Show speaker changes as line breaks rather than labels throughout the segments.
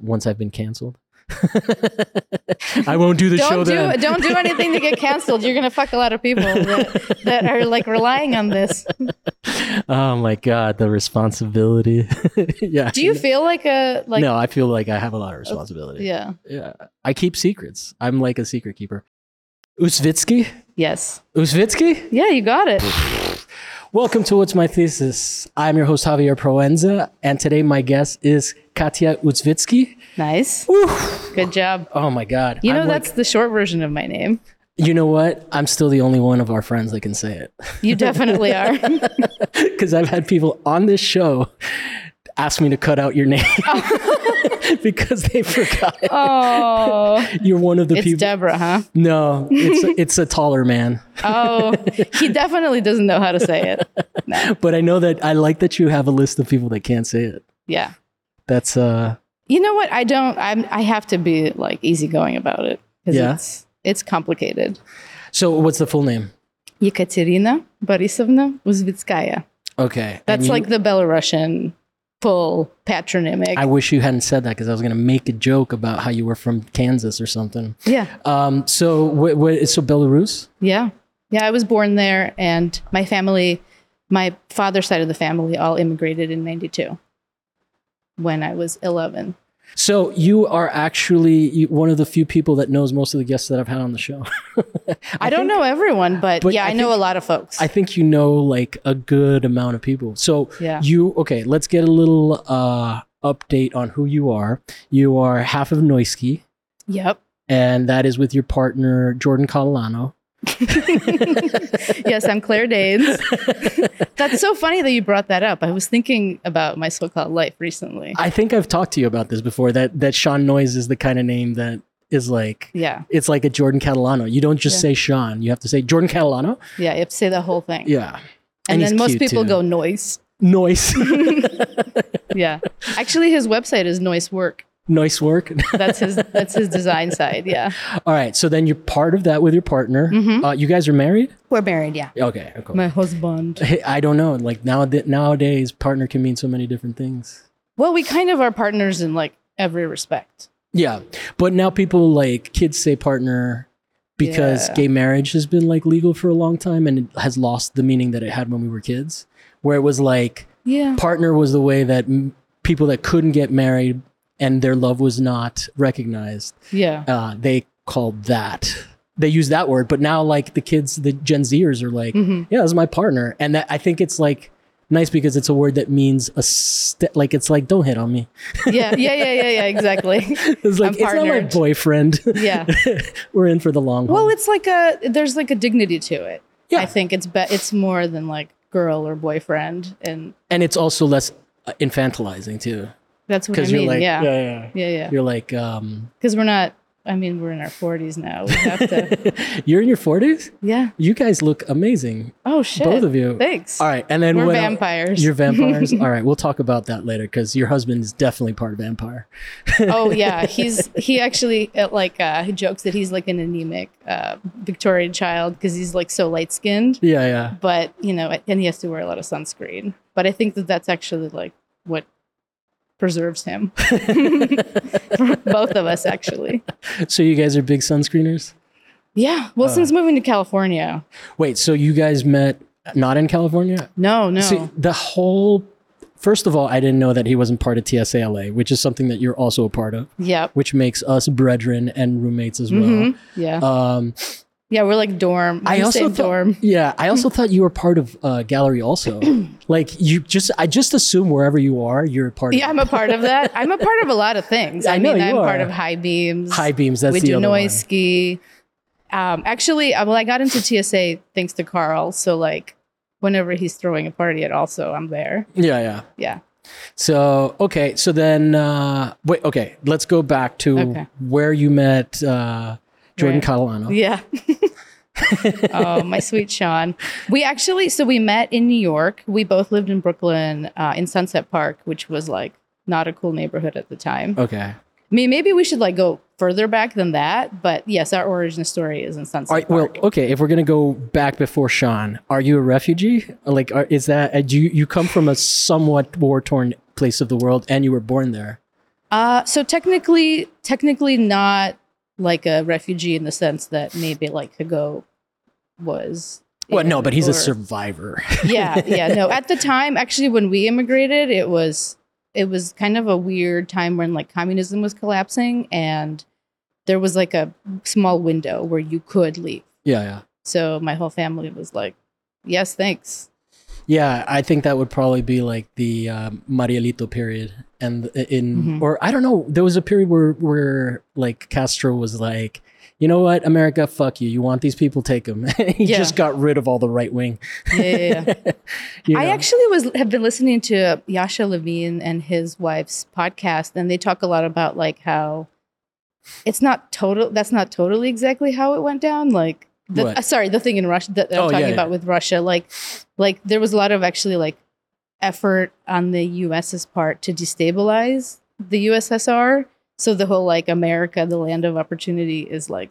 once I've been canceled. I won't do the
don't
show
do
then.
don't do anything to get canceled. You're gonna fuck a lot of people that, that are like relying on this.
oh my god, the responsibility. yeah.
Do you feel like a like
no, I feel like I have a lot of responsibility.
yeah
yeah. I keep secrets. I'm like a secret keeper. Usvitsky?
yes
Usvitsky?
yeah you got it.
Welcome to What's My Thesis. I'm your host, Javier Proenza, and today my guest is Katya Uzvitsky.
Nice. Good job.
Oh my God.
You know
I'm like-
that's the short version of my name.
you know what? I'm still the only one of our friends that can say it.
You definitely are.
Because I've had people on this show ask me to cut out your name because they forgot. it.
oh,
You're one of the
it's
people.
Deborah, huh?
no, it's a, it's a taller man.
Oh, he definitely doesn't know how to say it. No.
But I know that I like that you have a list of people that can't say it.
Yeah.
That's uh
You know what? I don't. I'm. I have to be like easygoing about it because
Yeah.
it's it's complicated.
so what's the full name?
Yekaterina Borisovna Uzvitskaya.
Okay.
That's
And you-
like the Belarusian full patronymic.
I wish you hadn't said that because I was going to make a joke about how you were from Kansas or something.
yeah,
Um, so, wh- wh- so Belarus?
yeah, yeah. I was born there, and my family, my father's side of the family, all immigrated in '92 when I was 11.
So you are actually you- one of the few people that knows most of the guests that I've had on the show.
I, don't know everyone, but,
but
yeah,
I
I, know a lot of folks.
I think you know like a good amount of people. So
Yeah.
you okay? Let's get a little uh, update on who you are. You are half of Noisky,
yep.
and that is with your partner Jordan Catalano.
yes, I'm Claire Danes. That's so funny that you brought that up. I was thinking about my so-called life recently.
I think I've talked to you about this before. That that Sean Noise is the kind of name that is like
yeah,
it's like a Jordan Catalano. You don't just
Yeah.
say Sean. You have to say Jordan Catalano.
yeah. You have to say the whole thing,
Yeah.
and,
he's
then most
cute,
people
too.
go noise.
Noise.
Yeah, actually, his website is noise work.
Noise work.
That's his. that's his design side. Yeah,
All right. So then you're part of that with your partner.
Mm-hmm.
Uh, you guys are married?
we're married. Yeah,
Okay. okay.
my husband.
Hey, I don't know. Like now nowadays, partner can mean so many different things.
Well, we kind of are partners in like every respect.
Yeah. But now people like kids say partner because
Yeah.
gay marriage has been like legal for a long time and it has lost the meaning that it had when we were kids, where it was like
Yeah,
partner was the way that m- people that couldn't get married and their love was not recognized
yeah,
uh, they called that they use that word but now like the kids the gen zers are like
Mm-hmm.
yeah that's my partner and that i think it's like nice because it's a word that means a st- like it's like don't hit on me
yeah, yeah, yeah, yeah, yeah. Exactly.
it's like
I'm
it's not my
partnered.
boyfriend
Yeah.
we're in for the long haul
Well, it's like a there's like a dignity to it.
Yeah.
I think it's be, it's more than like girl or boyfriend, and
and it's also less uh, infantilizing too
that's what I
because you're
mean.
like
yeah. yeah,
yeah, yeah.
yeah,
you're like um
Because we're not. I mean, we're in our forties now. We have to.
you're in your 40s
yeah.
you guys look amazing
Oh shit.
Both of you.
Thanks.
All right, and then
We're
what el-
vampires.
You're vampires. All right, we'll talk about that later because your husband is definitely part vampire.
oh yeah. He's he actually uh, like uh, he jokes that he's like an anemic uh, Victorian child because he's like so light skinned.
Yeah, yeah.
But you know, and he has to wear a lot of sunscreen. But I think that that's actually like what preserves him. Both of us actually.
So you guys are big sunscreeners.
Yeah.
Uh.
Well, since moving to California.
Wait, so you guys met not in California?
No, no.
See, the whole. First of all, I didn't know that he wasn't part of TSALA, which is something that you're also a part of,
yep.
which makes us brethren and roommates as well.
Mhm. Yeah.
Um,
yeah, we're like dorm.
I
I
also
also
thought-
dorm.
yeah, I also thought you were part of uh, gallery also. like you just, I just assume wherever you are, you're a part
Yeah,
of.
I'm a part of that. I'm a part of a lot of things.
I
I,
know
mean,
you
I'm part
are.
of high beams.
High beams. That's
we
the
do
other
noise
one.
ski. Um, actually, uh, well, I got into TSA thanks to Carl. So like, whenever he's throwing a party at also, I'm there.
Yeah, yeah.
Yeah.
So okay, so then uh, wait. Okay, let's go back to
Okay.
where you met uh, Jordan
Right.
Catalano.
Yeah. oh, my sweet Sean. We actually, so we met in New York. We both lived in Brooklyn uh, in Sunset Park, which was like not a cool neighborhood at the time.
Okay.
I mean, maybe we should like go further back than that. But yes, our origin story is in Sunset
All right. Well,
Park.
okay. If we're gonna go back before Sean, are you a refugee? Like, are, is that uh, do you you come from a somewhat war torn place of the world and you were born there?
Uh, so technically, technically not like a refugee in the sense that maybe like Hago was.
Well, no,
in
but he's
or-
a survivor.
yeah, yeah. No, at the time, actually, when we immigrated, it was it was kind of a weird time when like communism was collapsing, and there was like a small window where you could leave.
yeah, yeah.
So my whole family was like, "Yes, thanks."
Yeah, I think that would probably be like the um, Marielito period, and in
Mhm.
or I don't know. There was a period where where like Castro was like, you know what, America, fuck you. You want these people, take them. he
Yeah.
just got rid of all the right wing.
Yeah, yeah, yeah.
You
I
know?
actually was have been listening to Yasha Levine and his wife's podcast, and they talk a lot about like how it's not total. That's not totally exactly how it went down. Like, the,
What?
uh, sorry, the thing in Russia that that I'm
Oh,
talking
yeah, yeah.
about with Russia, like, like there was a lot of actually like effort on the U.S.'s part to destabilize the USSR. So the whole like America, the land of opportunity, is like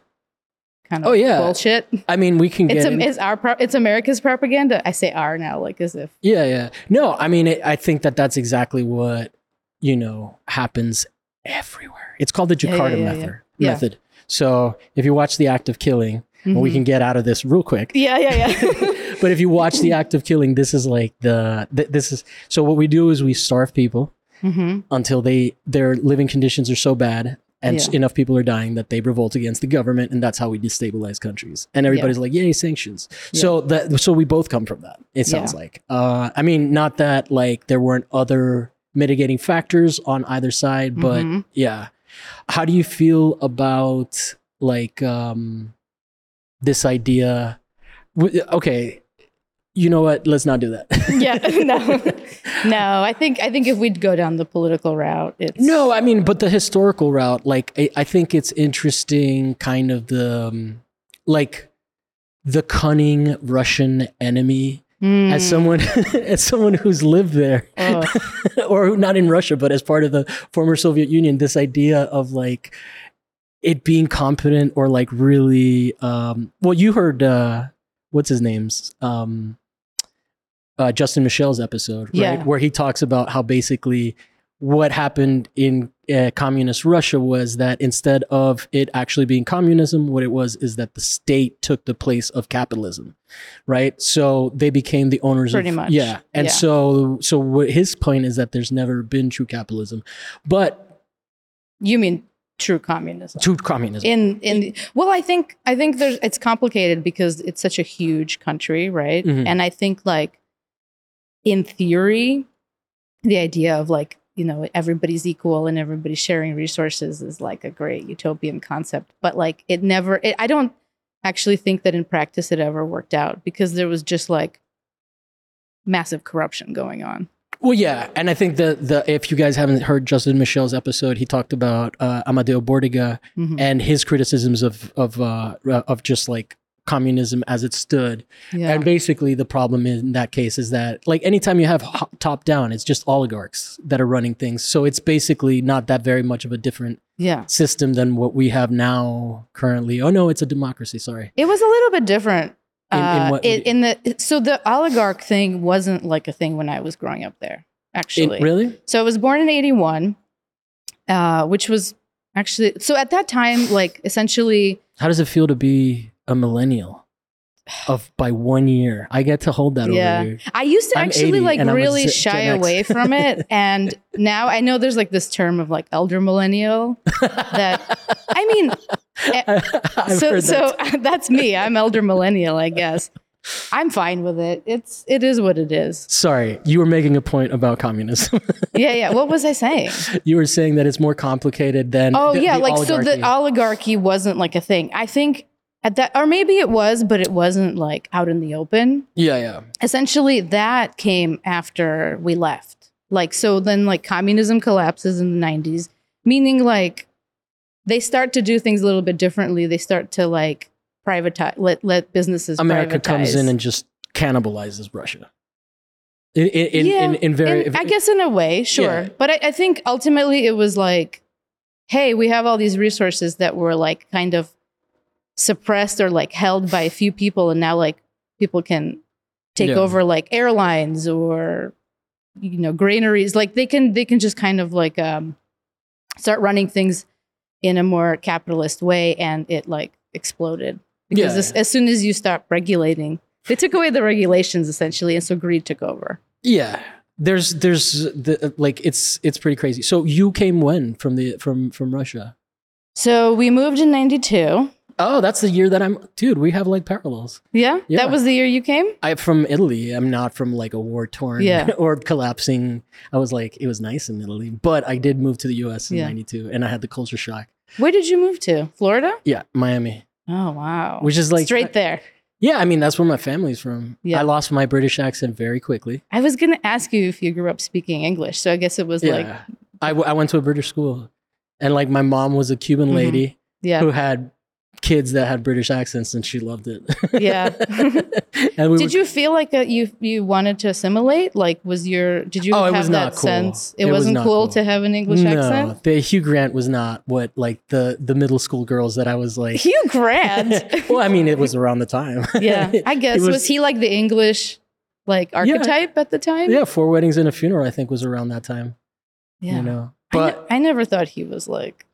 kind of
Oh, yeah.
bullshit.
I mean, we can
It's,
get.
um,
in-
it's our pro- it's America's propaganda. I say our now, like as if
yeah, yeah. No, I mean, it, I think that that's exactly what you know happens everywhere. It's called the
Yeah, yeah,
Jakarta
yeah, yeah.
method.
Yeah.
Method. So if you watch the act of killing, and we
Mhm.
can get out of this real quick.
Yeah, yeah, yeah.
but if you watch the act of killing, this is like the th- this is so what we do is we starve people
mm-hmm.
until they their living conditions are so bad and s
Yeah.
enough people are dying that they revolt against the government and that's how we destabilize countries and everybody's like yay sanctions so that so we both come from that it sounds like uh i mean not that like there weren't other mitigating factors on either side but
Mhm.
yeah how do you feel about like um this idea w- okay you know what let's not do that
Yeah, no, no. I think I think if we'd go down the political route, it's
No, I mean, but the historical route, like, I, I think it's interesting, kind of the, um, like, the cunning Russian enemy
Mm.
as someone, as someone who's lived there,
Oh,
or who- not in Russia, but as part of the former Soviet Union, this idea of like it being competent or like really, um, well, you heard uh, what's his name's. Um, uh, Justin Michel's episode, right?
Yeah.
Where he talks about how basically what happened in uh, communist Russia was that instead of it actually being communism, what it was is that the state took the place of capitalism, right? So they became the owners
Pretty
of
much.
yeah. And
Yeah.
so, so what his point is that there's never been true capitalism, but
you mean true communism?
true communism.
In in the, well, I think I think there's it's complicated because it's such a huge country, right?
Mhm.
And I think like in theory, the idea of like you know everybody's equal and everybody's sharing resources is like a great utopian concept, but like it never. It, I don't actually think that in practice it ever worked out because there was just like massive corruption going on.
Well, yeah, and I think the the if you guys haven't heard Justin Michel's episode, he talked about uh, Amadeo Bordiga
Mhm.
and his criticisms of of uh, of just like communism as it stood.
Yeah.
And basically, the problem in that case is that like anytime you have ho- top down, it's just oligarchs that are running things. So it's basically not that very much of a different
yeah.
system than what we have now currently. Oh no, it's a democracy. Sorry.
It was a little bit different.
In- in
Uh,
what-
it- in the so the oligarch thing wasn't like a thing when I was growing up there.
It-
Actually,
really?
so I was born in '81, uh, which was actually so at that time, like essentially,
How does it feel to be a millennial? Of by one year, I get to hold that
Yeah.
over you.
I used to
I'm
actually
80
like
and I'm a
really
Gen-
shy
Gen X.
away from it, and now I know there's like this term of like elder millennial. That I mean,
I've
so
heard
so
that.
that's me. I'm elder millennial, I guess. I'm fine with it. It's it is what it is.
Sorry, you were making a point about communism.
Yeah, yeah. What was I saying?
you were saying that it's more complicated than
Oh
the-
yeah,
the
like so
oligarchy.
the oligarchy wasn't like a thing. I think at that or maybe it was, but it wasn't like out in the open.
yeah, yeah,
Essentially that came after we left. Like so then like communism collapses in the 90s, meaning like they start to do things a little bit differently. They start to like privatize let let businesses
America
privatize.
comes in and just cannibalizes Russia. In in
Yeah,
in, in, in very,
In- I guess in a way, sure.
Yeah.
But I, I think ultimately it was like, hey, we have all these resources that were like kind of suppressed or like held by a few people, and now like people can take
Yeah.
over like airlines or you know granaries. Like they can they can just kind of like um start running things in a more capitalist way and it like exploded because
Yeah.
as, as soon as you stop regulating they took away the regulations essentially and so greed took over
Yeah. There's there's the like it's it's pretty crazy. So you came when from the from from Russia?
so we moved in 92
Oh, that's the year that I'm dude, we have like parallels.
yeah,
Yeah.
that was the year you came
I from Italy. I'm not from like a war torn
Yeah.
or collapsing. I was like it was nice in Italy, but I did move to the US in
Yeah.
92 and I had the culture shock.
where did you move to florida
Yeah, Miami.
oh wow
Which is like
straight there
Yeah, I mean that's where my family's from.
Yeah.
I lost my British accent very quickly.
i was going to ask you if you grew up speaking english so i guess it was like
yeah. I, w- I went to a British school and like my mom was a Cuban
Mhm.
lady
yeah
who had kids that had British accents and she loved it.
Yeah.
and we
did you feel like that you you wanted to assimilate like was your did you
Oh, it
have
was
that
not cool.
sense
It
it,
was
wasn't
not
cool,
cool.
to have an english
no,
accent
The Hugh Grant was not what like the the middle school girls that I was like
Hugh Grant.
well, I mean, it was around the time.
yeah, I guess
It
was,
was-
he like the English like archetype at the time?
yeah, Four Weddings and a Funeral I think was around that time,
yeah.
you know.
I ne-
But
I, never thought he was like.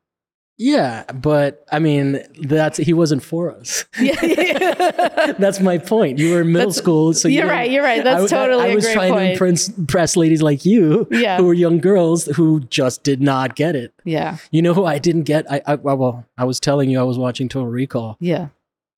yeah, but I mean, that's he wasn't for us.
Yeah, yeah.
that's my point. You were in middle
That's-
school, so you
you're
didn't-
right. You're right. That's
I- I-
totally
I
a
was
great
trying to
point.
impress, impress ladies like you, who
yeah,
were young girls who just did not get it.
yeah,
You know who I didn't get? I, I well, well, I was telling you I was watching Total Recall.
yeah.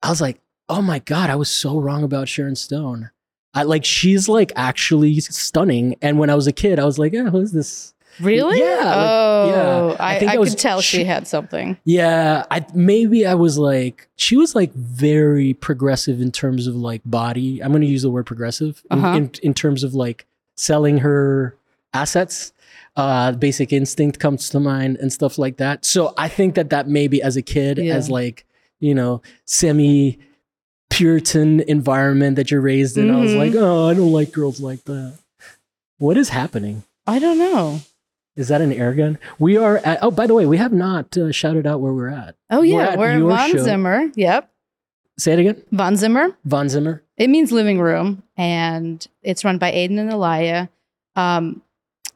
I was like, oh my god, I was so wrong about Sharon Stone. I like she's like actually stunning. And when I was a kid, I was like, yeah, who's this?
Really?
Yeah, like-
oh,
yeah. I
I, I,
think I was-
could tell
she-
she had something.
Yeah, I maybe I was like, she was like very progressive in terms of like body. I'm gonna use the word progressive in-
Uh-huh.
in, in terms of like selling her assets. Uh, basic instinct comes to mind and stuff like that. So I think that that maybe as a kid,
Yeah.
as like you know, semi Puritan environment that you're raised in, I was
Mhm.
like, oh, I don't like girls like that. What is happening?
I don't know.
Is that an air gun? We are at, oh, by the way, we have not uh, shouted out where we're at.
Oh
We're
yeah,
at
we're,
your
Von
show.
Zimmer. Yep,
Say it again.
Von Zimmer.
Von Zimmer.
It means living room, and it's run by Aiden and Elia. Um,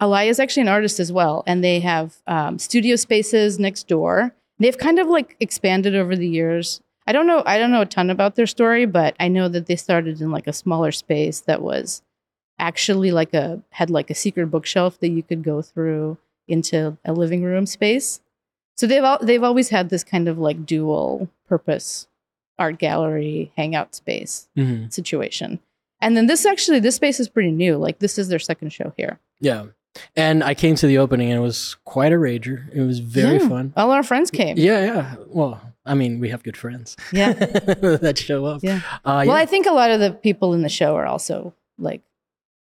Elia is actually an artist as well, and they have um, studio spaces next door. They've kind of like expanded over the years. I don't know. I don't know a ton about their story, but I know that they started in like a smaller space that was actually like a had like a secret bookshelf that you could go through into a living room space. So they've al- they've always had this kind of like dual purpose art gallery hangout space
Mm-hmm.
situation. And then this actually, this space is pretty new. Like this is their second show here.
Yeah. And I came to the opening and it was quite a rager. It was very
Yeah.
fun.
All our friends came.
Yeah, yeah. Well, I mean, we have good friends
Yeah.
that show up.
Yeah.
Uh,
Well,
yeah.
I think a lot of the people in the show are also like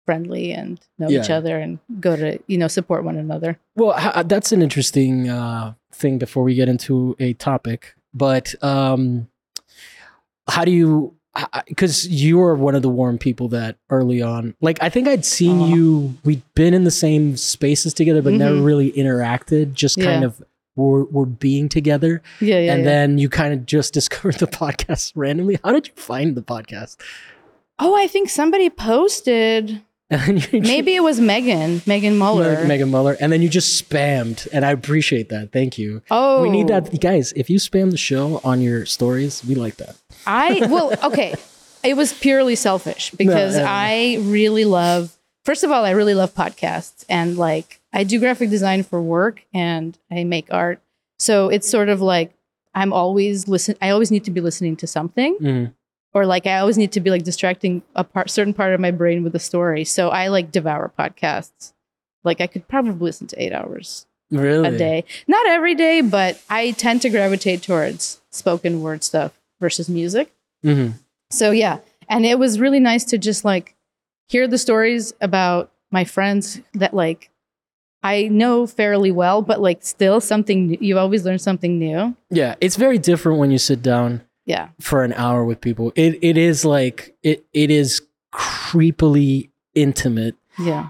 friendly and know each
Yeah.
other and go to you know support one another.
Well, h- uh, that's an interesting uh, thing before we get into a topic. But um, how do you, because you are one of the warm people that early on, like, I think I'd seen
Aw.
you, we'd been in the same spaces together, but never
Mhm.
really interacted, just kind
Yeah.
of were, were being together.
Yeah, yeah.
and
yeah.
then you kind of just discovered the podcast randomly. How did you find the podcast?
oh, I think somebody posted.
And you just-
Maybe it was Megan, Megan Muller.
Meg- Megan Muller. And then you just spammed. And I appreciate that. Thank you.
oh,
We need that, guys. If you spam the show on your stories, we like that.
I well, okay. It was purely selfish because
yeah.
I really love. First of all, I really love podcasts, and like I do graphic design for work, and I make art. So it's sort of like I'm always listen. I always need to be listening to something, or like I always need to be like distracting a part, certain part of my brain with a story. So I like devour podcasts. Like I could probably listen to eight hours
Really?
a day. Not every day, but I tend to gravitate towards spoken word stuff versus music.
Mhm.
So yeah, and it was really nice to just like hear the stories about my friends that like I know fairly well, but like still something new. you always learn something new.
Yeah. It's very different when you sit down
Yeah,
for an hour with people. It it is like it it is creepily intimate
yeah,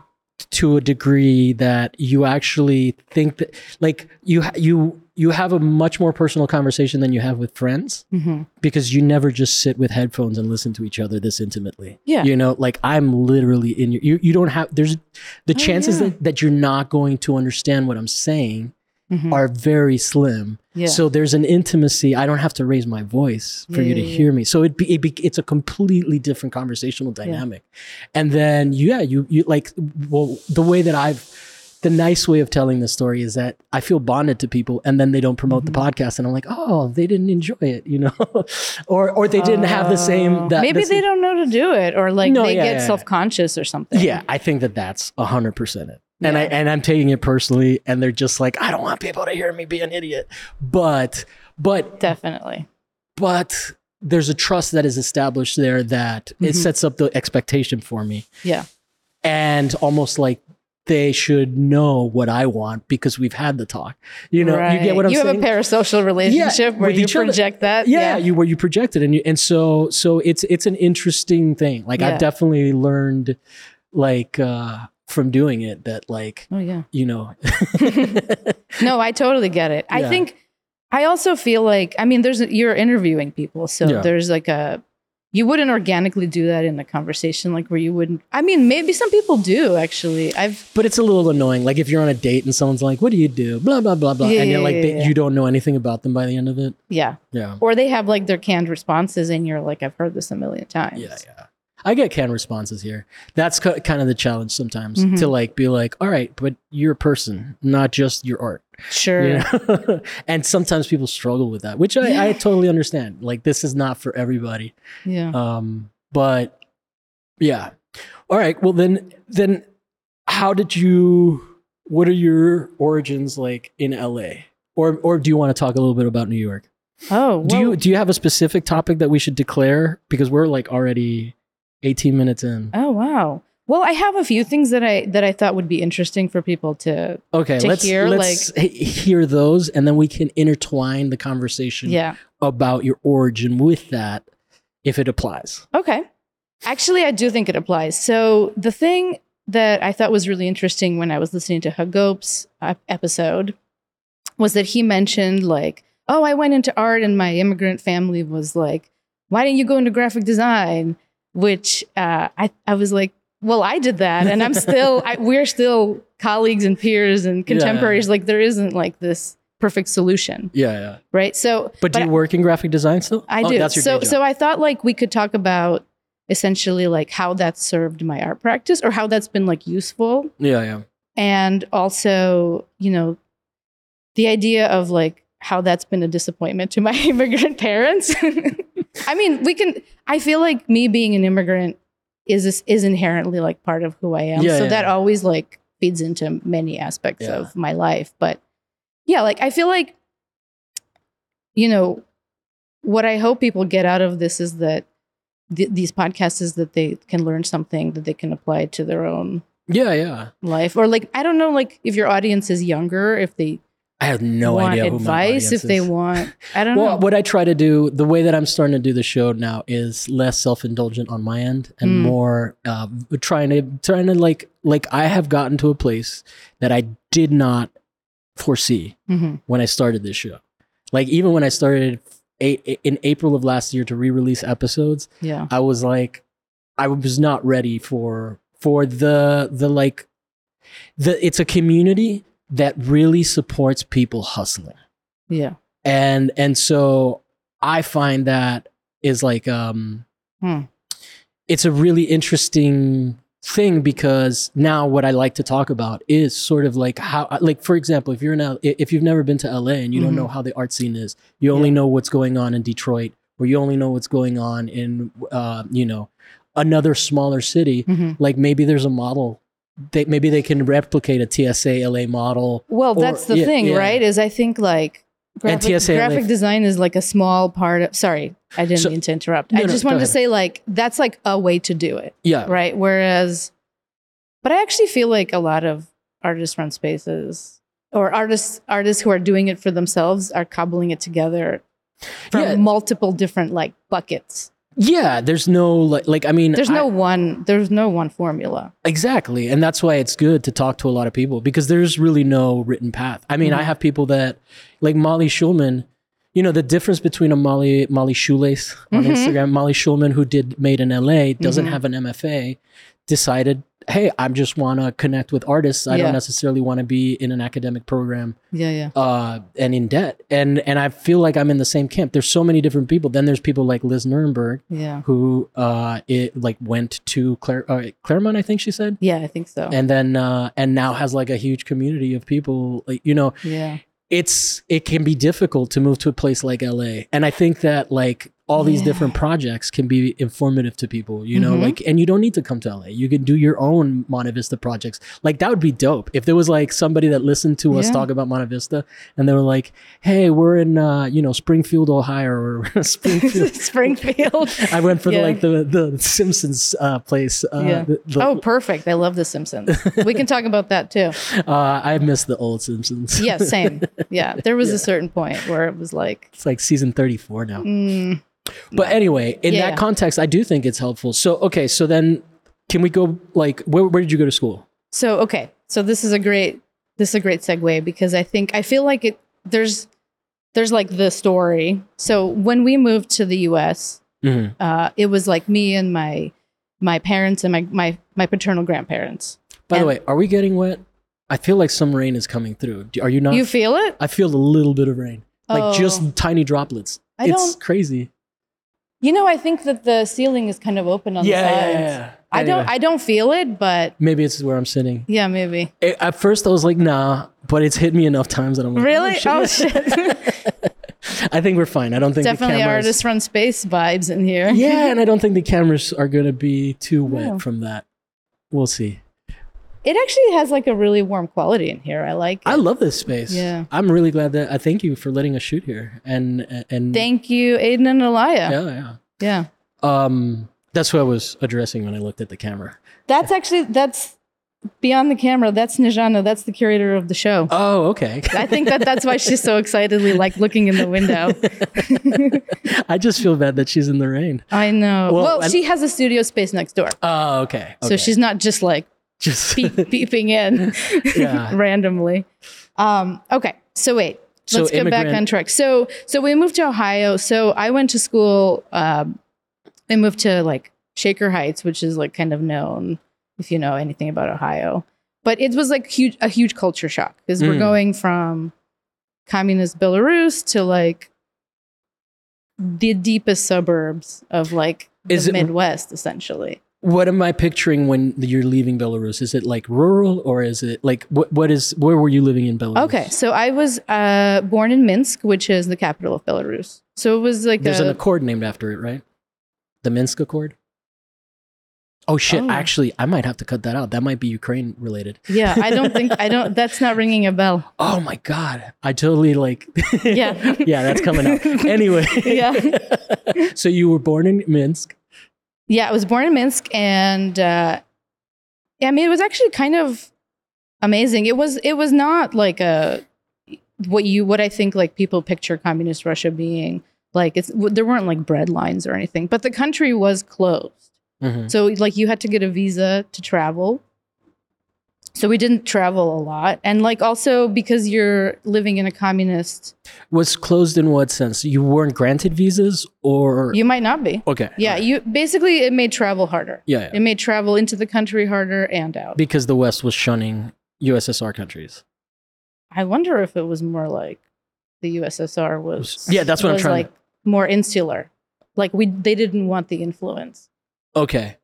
to a degree that you actually think that like you ha- you you have a much more personal conversation than you have with friends
hmm
because you never just sit with headphones and listen to each other this intimately.
yeah,
You know, like I'm literally in your, you, you don't have, there's the
Oh,
chances
yeah.
that, that you're not going to understand what I'm saying
Mhm.
are very slim.
yeah.
So there's an intimacy. I don't have to raise my voice for
Yeah,
you to
yeah, yeah.
hear me. So it, be, it be, it's a completely different conversational dynamic. And then yeah, you you like well the way that I've the nice way of telling this story is that I feel bonded to people and then they don't promote
Mm-hmm.
the podcast and I'm like, "Oh, they didn't enjoy it," you know. or or they didn't have the
Oh.
same that
maybe
the
they
same-
don't know to do it, or like
No,
they
yeah,
get
yeah, yeah.
self conscious or something.
Yeah, I think that that's 100% it. And I
Yeah.
and I'm taking it personally and they're just like, "I don't want people to hear me be an idiot." But but
definitely.
but there's a trust that is established there that
Mhm.
it sets up the expectation for me
Yeah.
and almost like they should know what I want because we've had the talk. You know, you get
Right.
what I'm
you
saying?
have a parasocial relationship where
with
you
each other.
project that.
yeah, you where you project it and you and so so it's it's an interesting thing. Like
Yeah.
I've definitely learned like uh from doing it that like,
Oh yeah.
you know,
No, I totally get it. I
Yeah.
think I also feel like I mean, there's you're interviewing people, so
Yeah.
there's like a you wouldn't organically do that in a conversation, like where you wouldn't. I mean, maybe some people do actually. I've
but it's a little annoying. Like if you're on a date and someone's like, "What do you do?" blah blah blah blah,
Yeah,
and
yeah,
you're like,
yeah,
they,
yeah.
you don't know anything about them by the end of it.
yeah,
Yeah.
or they have like their canned responses, and you're like, I've heard this a million times.
Yeah, yeah. I get canned responses here. That's ki- kind of the challenge sometimes
Mhm.
to like be like, all right, but you're a person, not just your art.
sure.
You know? and sometimes people struggle with that, which I, I
Yeah.
totally understand. Like, this is not for everybody.
yeah.
Um, but yeah. All right. Well, then, then how did you, what are your origins like in LA? Or, or do you want to talk a little bit about New York?
Oh,
Do
well-
you do you have a specific topic that we should declare? Because we're like already 18 minutes in.
Oh wow. Well, I have a few things that I that I thought would be interesting for people to.
Okay,
to
let's
hear,
let's he- hear those, and then we can intertwine the conversation
Yeah.
about your origin with that, if it applies.
Okay. Actually, I do think it applies. So the thing that I thought was really interesting when I was listening to Hagop's uh, episode was that he mentioned like, oh, I went into art and my immigrant family was like, why didn't you go into graphic design? Which uh, I I was like, well, I did that, and I'm still I, we're still colleagues and peers and
Yeah.
contemporaries. Like there isn't like this perfect solution,
Yeah, yeah.
right? So
But, do you work in graphic design still?
I
Oh,
do.
That's your
so
day job.
so I thought like we could talk about essentially like how that served my art practice or how that's been like useful
yeah, yeah.
and also, you know, the idea of like how that's been a disappointment to my immigrant parents. I mean, we can I feel like me being an immigrant is is inherently like part of who I am.
Yeah,
so
yeah,
that
yeah.
always like feeds into many aspects
Yeah.
of my life, but yeah, like I feel like you know, what I hope people get out of this is that th- these podcasts is that they can learn something that they can apply to their own
Yeah, yeah.
life or like i don't know like if your audience is younger if they
I have no
want
idea who my
advice
audience
if they
is.
want i don't
Well,
know
what I try to do, the way that I'm starting to do the show now, is less self-indulgent on my end and
Mm.
more uh, trying to trying to like like I have gotten to a place that I did not foresee
Mhm.
when I started this show. Like even when I started a, a- in April of last year to re-release episodes,
yeah
I was like, I was not ready for for the the like the it's a community that really supports people hustling
yeah
and and so i find that is like um
Hmm.
it's a really interesting thing because now what i like to talk about is sort of like how like for example if you're in L- if you've never been to la and you
Mhm.
don't know how the art scene is you only
Yeah.
know what's going on in detroit or you only know what's going on in uh, you know another smaller city
Mhm.
like maybe there's a model they maybe they can replicate a tsa la model
well
Or-
that's the
yeah,
thing
yeah.
right is i think like
And
graphic,
TSA
graphic
life.
design is like a small part of sorry i didn't
So-
mean to interrupt
No,
i
no,
just
go
wanted to
ahead.
say like that's like a way to do it
yeah
right whereas but i actually feel like a lot of artist run spaces or artists artists who are doing it for themselves are cobbling it together from
Yeah.
multiple different like buckets
yeah there's no like like i mean
there's
I-
no one there's no one formula
Exactly. And that's why it's good to talk to a lot of people because there's really no written path. I mean, I
Mhm.
have people that like Molly Schulman, you know, the difference between a Molly Molly Shoelace on
Mhm.
Instagram, Molly Schulman who did Made in LA doesn't
Mhm.
have an MFA, decided, hey, I just want to connect with artists. I
Yeah.
don't necessarily want to be in an academic program
Yeah, yeah.
uh, and in debt. And and I feel like I'm in the same camp. There's so many different people. Then there's people like Liz Nuremberg
Yeah.
who uh, it like went to Claire, uh, Claremont, I think she said.
Yeah, I think so.
And then uh, and now has like a huge community of people. Like, you know,
yeah.
it's it can be difficult to move to a place like LA. And I think that like all these
Yeah.
different projects can be informative to people, you know,
Mhm.
like and you don't need to come to LA. You can do your own Monte Vista projects. Like that would be dope. If there was like somebody that listened to us
Yeah.
talk about Monte Vista and they were like, "Hey, we're in uh, you know, Springfield, Ohio or Springfield."
Springfield.
I went for
Yeah.
like the the Simpsons uh place. Uh,
Yeah.
the, the-
Oh, perfect. I love The Simpsons. We can talk about that too.
uh I miss the old Simpsons.
Yeah, same. Yeah. There was a certain point where it was like,
It's like season 34 now.
mm,
But anyway, in
Yeah,
that
yeah.
context, I do think it's helpful. So okay, so then can we go like where, where did you go to school?
so okay. So this is a great this is a great segue because I think I feel like it there's there's like the story. So when we moved to the US,
Mm-hmm.
uh, it was like me and my my parents and my my, my paternal grandparents.
By
And-
the way, are we getting wet? I feel like some rain is coming through. Do- Are you not?
You feel it?
I feel a little bit of rain, like
Oh.
just tiny droplets.
I
it's
don't-
crazy.
You know, I think that the ceiling is kind of open on the sides. I don't
Anyway,
I don't feel it, but
maybe it's where I'm sitting.
yeah, maybe.
A- at first, I was like, nah, but it's hit me enough times that I'm like,
Really?
Oh,
Oh
shit.
shit.
I think we're fine. I don't think
Definitely
the cameras.
artist run space vibes in here.
yeah, and I don't think the cameras are gonna be too wet
No.
from that. We'll see.
It actually has like a really warm quality in here. I like it.
I love this space.
Yeah.
I'm really glad that I thank you for letting us shoot here. And and
Thank you, Aiden and Elia.
yeah, yeah.
Yeah.
Um that's what I was addressing when I looked at the camera.
That's actually that's beyond the camera. That's Nijana. That's the curator of the show.
Oh, okay.
I think that that's why she's so excitedly like looking in the window.
I just feel bad that she's in the rain.
I know.
Well,
Well,
and-
she has a studio space next door.
Oh, okay.
So
okay.
she's not just like
just
peep, peeping in
Yeah.
randomly. Um, okay, so wait,
So
let's get back
immigrant-
on track. So, so we moved to Ohio. So I went to school. Um, I moved to like Shaker Heights, which is like kind of known if you know anything about Ohio. But it was like huge, a huge culture shock because we're
Mm.
going from communist Belarus to like the deepest suburbs of like the
Is it-
Midwest, essentially.
what am I picturing when you're leaving Belarus? Is it like rural or is it like what what is where were you living in Belarus?
Okay, so I was uh, born in Minsk, which is the capital of Belarus. So it was like
There's
a,
an accord named after it, right? The Minsk Accord? Oh shit,
Oh.
actually I might have to cut that out. That might be Ukraine related.
yeah. I don't think I don't. That's not ringing a bell.
Oh my god, I totally like.
Yeah.
yeah, that's coming up. Anyway,
Yeah.
so you were born in Minsk.
Yeah, I was born in Minsk, and uh, I mean it was actually kind of amazing. It was it was not like a what you what I think like people picture communist Russia being like. It's there weren't like bread lines or anything, but the country was closed.
Mm-hmm.
So like you had to get a visa to travel. So we didn't travel a lot. And like also because you're living in a communist,
Was closed in what sense? You weren't granted visas, or
you might not be.
okay,
Yeah, you basically it made travel harder.
yeah, yeah.
It made travel into the country harder and out.
because the West was shunning USSR countries.
I wonder if it was more like the USSR was
Yeah, that's what I'm
was,
trying
like
to-
more insular. Like we they didn't want the influence.
Okay,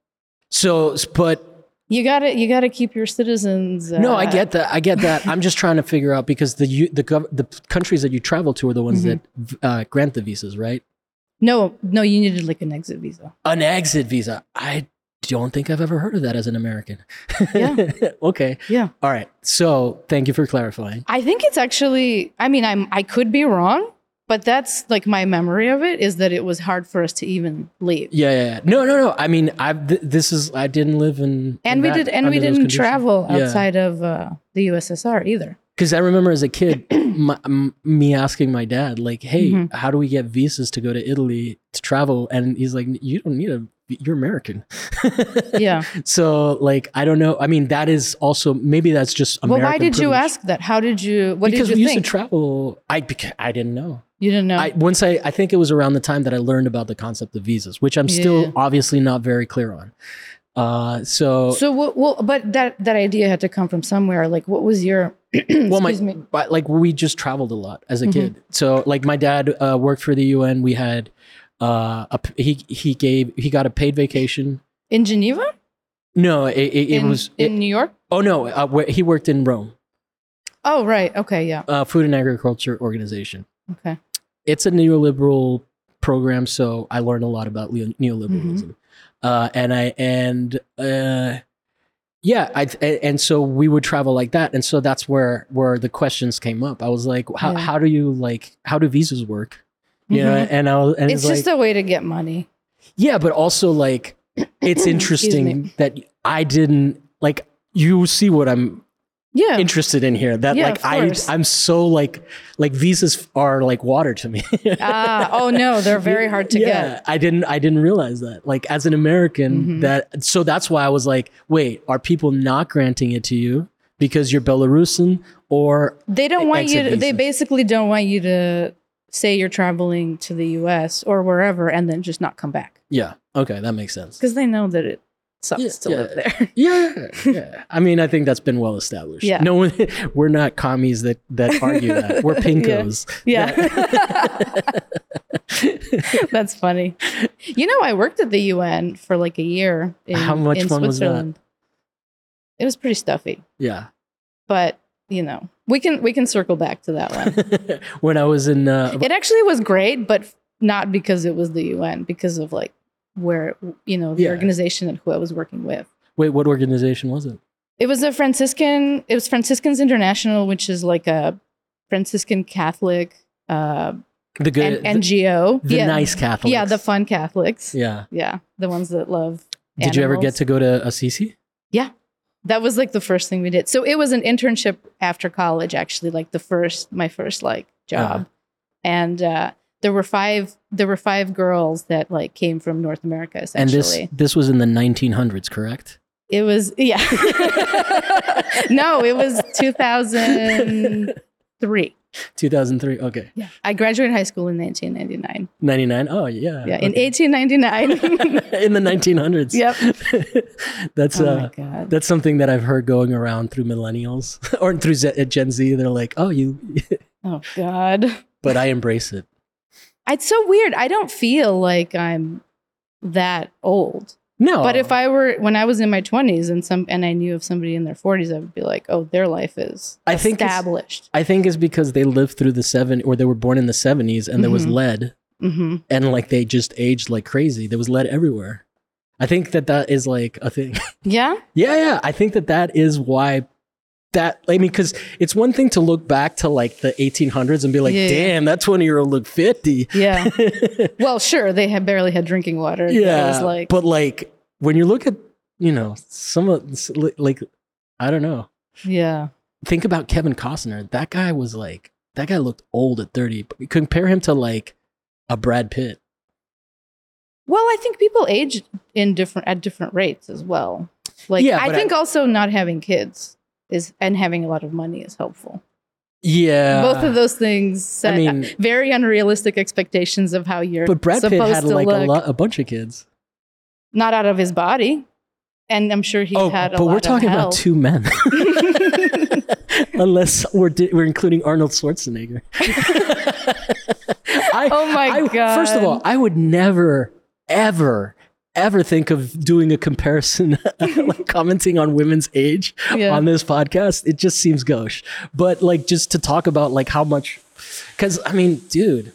so but
You got to you got to keep your citizens uh,
no, I get that. I get that. I'm just trying to figure out because the U- the gov- the countries that you travel to are the ones
Mhm.
that uh, grant the visas, right?
No, no, you needed like an exit visa.
An exit visa. I don't think I've ever heard of that as an American.
Yeah.
okay.
Yeah.
All right. So thank you for clarifying.
I think it's actually. I mean, I'm. I could be wrong, but that's like my memory of it is that it was hard for us to even leave,
Yeah, yeah, yeah. No, no, no. I mean, I th- this is I didn't live in
and we did, and we didn't travel outside of uh, the USSR either.
Because I remember as a kid, my, m- me asking my dad, like, "Hey,
Mhm.
how do we get visas to go to Italy to travel?" And he's like, "You don't need a. You're American."
Yeah.
So, like, I don't know. I mean, that is also maybe that's just
well,
American.
why did you
privilege.
ask that? How did you? What
because
did
we
you
used
think?
to
Oh.
travel. I beca- I didn't know.
you didn't know.
I once I I think it was around the time that I learned about the concept of visas, which I'm still
Yeah.
obviously not very clear on. Uh, so,
So what? Well, but that that idea had to come from somewhere. Like, what was your?
well, my,
excuse me.
but like we just traveled a lot as a
Mhm.
kid. So like my dad uh, worked for the UN. We had uh, a, p- he he gave he got a paid vacation.
In Geneva?
No, it, it, it
in,
was it-
in New York.
oh no, uh, where, he worked in Rome,
Oh right. Okay. Yeah.
uh, Food and Agriculture Organization.
Okay.
It's a neoliberal program, so I learned a lot about leo- neoliberalism,
Mm-hmm.
uh, and I and uh, yeah, I a- and so we would travel like that, and so that's where where the questions came up. I was like, how
Yeah.
how do you like how do visas work? You know,
Mhm.
and I was, and
It's
it's, like,
just a way to get money.
yeah, but also like it's
Excuse
interesting that I didn't like you see what I'm
Yeah.
interested in here that
Oh. Yeah,
like
of
I
course.
I'm so like like visas are like water to me.
ah. Oh no, they're very hard to
yeah,
get.
I didn't I didn't realize that. Like as an American
Mhm.
that so that's why I was like, wait, are people not granting it to you because you're Belarusian or
They don't want you.
Exit
To, they
visas.
basically don't want you to say you're traveling to the U.S. or wherever, and then just not come back
yeah, okay, that makes sense.
because they know that it sucks
Yeah,
to
yeah.
live there.
Yeah, yeah. I mean, I think that's been well established.
Yeah.
No one, we're not commies that that argue that. We're pinkos.
yeah. That's funny. You know, I worked at the UN for like a year. In,
How much
in
fun was that?
Switzerland. It was pretty stuffy,
Yeah.
but you know, we can we can circle back to that one.
when I was in, uh,
it actually was great, but not because it was the UN, because of like where you know the
Yeah.
organization and who I was working with.
wait, what organization was it?
It was a Franciscan. It was Franciscans International, which is like a Franciscan Catholic uh,
The good,
N- NGO.
the, the
yeah,
nice Catholics.
yeah, the fun Catholics.
yeah.
Yeah, the ones that love.
Did you ever get
animals.
to go to Assisi?
That was like the first thing we did. So it was an internship after college, actually, like the first, my first like job,
Uh-huh.
and uh, there were five. There were five girls that like came from North America.
And this
Essentially,
this was in the 1900s, correct?
it was yeah. no, it was two thousand three.
2003. Okay,
Yeah, I graduated high school in nineteen ninety nine.
99. Oh yeah.
Yeah, in
okay.
eighteen ninety nine.
in the 1900s.
Yep.
That's
Oh
uh,
my god.
That's something that I've heard going around through millennials or through Z- uh, Gen Z. They're like, "Oh, you,"
Oh god.
but I embrace it.
It's so weird. I don't feel like I'm that old.
No,
But if I were when I was in my twenties and some and I knew of somebody in their forties, I would be like, oh, their life is
I think it's-
established.
I think it's because they lived through the seven or they were born in the seventies and there was
Mhm.
lead
hmm
and like they just aged like crazy. There was lead everywhere. I think that that is like a thing.
Yeah,
yeah, yeah. I think that that is why that. I mean, because it's one thing to look back to like the 1800s and be like,
Yeah, yeah.
"Damn, that 20 year old looked 50."
yeah. well, sure, they had barely had drinking water. That
yeah
was like
but like when you look at you know some of s- li- like i don't know
yeah,
think about kevin costner that guy was like that guy looked old at 30 but you compare him to like a brad pitt
Well, I think people age in different at different rates as well. Like
Yeah,
I
but
think also not having kids is and having a lot of money is helpful.
yeah
Both of those things set
i mean
very unrealistic expectations of how you're
but brad pitt
supposed
had
to
like a,
look.
lot, a bunch of kids
not out of his body. And I'm sure he
oh
had a
but
lot
we're talking
of
about
health.
two men unless we're di- we're including arnold schwarzenegger I,
Oh my
I-
god.
First of all, I would never, ever, ever think of doing a comparison, like commenting on women's age
Yeah.
on this podcast. It just seems gauche. But like, just to talk about like how much, because I mean, dude.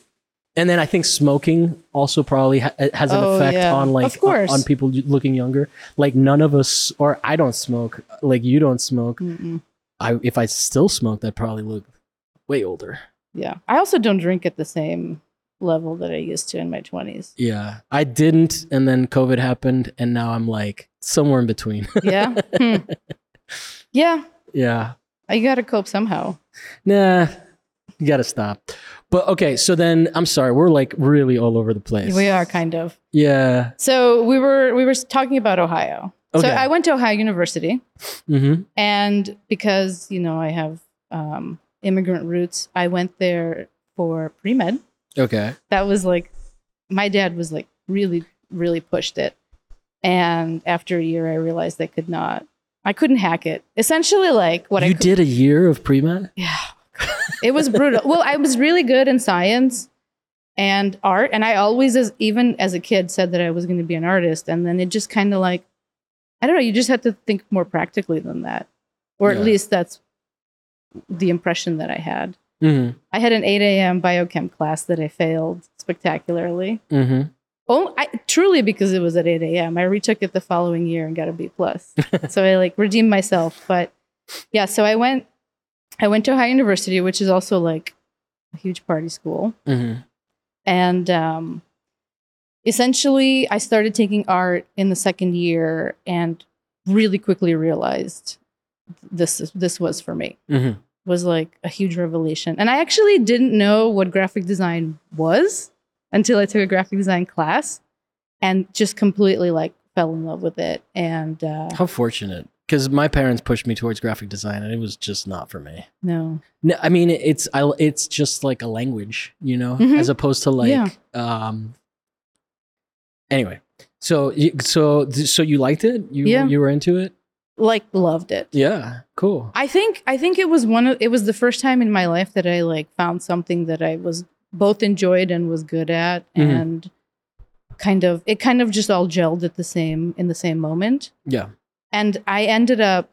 And then I think smoking also probably ha- has an
Oh,
effect
yeah.
on like
Of course.
on people looking younger. Like none of us, or I don't smoke. Like you don't smoke.
Mm-mm.
I if I still smoked, I'd probably look way older.
yeah, I also don't drink at the same level that I used to in my 20s.
Yeah, I didn't, and then COVID happened, and now I'm like somewhere in between.
Yeah. Hmm. Yeah,
yeah,
I got to cope somehow.
nah, you gotta stop. But okay, so then I'm sorry, we're like really all over the place.
We are kind of.
Yeah.
So, we were we were talking about Ohio.
Okay.
So, I went to Ohio University
mm-hmm.
and because, you know, I have um, immigrant roots, I went there for pre-med.
Okay.
that was like my dad was like really really pushed it And after a year, I realized I could not. I couldn't hack it. Essentially, like what
you
I could,
did a year of pre med.
yeah, it was brutal. well, I was really good in science and art, and I always, as even as a kid, said that I was going to be an artist. And then it just kind of like, I don't know. You just have to think more practically than that, or
Yeah.
at least that's the impression that I had.
hmm
I had an 8 a.m. biochem class that I failed spectacularly.
hmm
Oh, I, truly because it was at 8 a.m. I retook it the following year and got a B plus. so I like redeemed myself. But yeah, so I went, I went to Ohio University, which is also like a huge party school,
hmm
and um, essentially I started taking art in the second year and really quickly realized this is, this was for me
hmm
was like a huge revelation. And I actually didn't know what graphic design was until I took a graphic design class and just completely like fell in love with it. And uh,
How fortunate. Because my parents pushed me towards graphic design, and it was just not for me.
no,
No, I mean it's I, it's just like a language, you know,
Mhm.
as opposed to like.
Yeah.
um Anyway, so you- so so you liked it? You
Yeah.
you were into it?
like loved it.
Yeah, cool.
I think I think it was one of it was the first time in my life that I like found something that I was both enjoyed and was good at
Mhm.
and kind of it kind of just all gelled at the same in the same moment.
Yeah.
and i ended up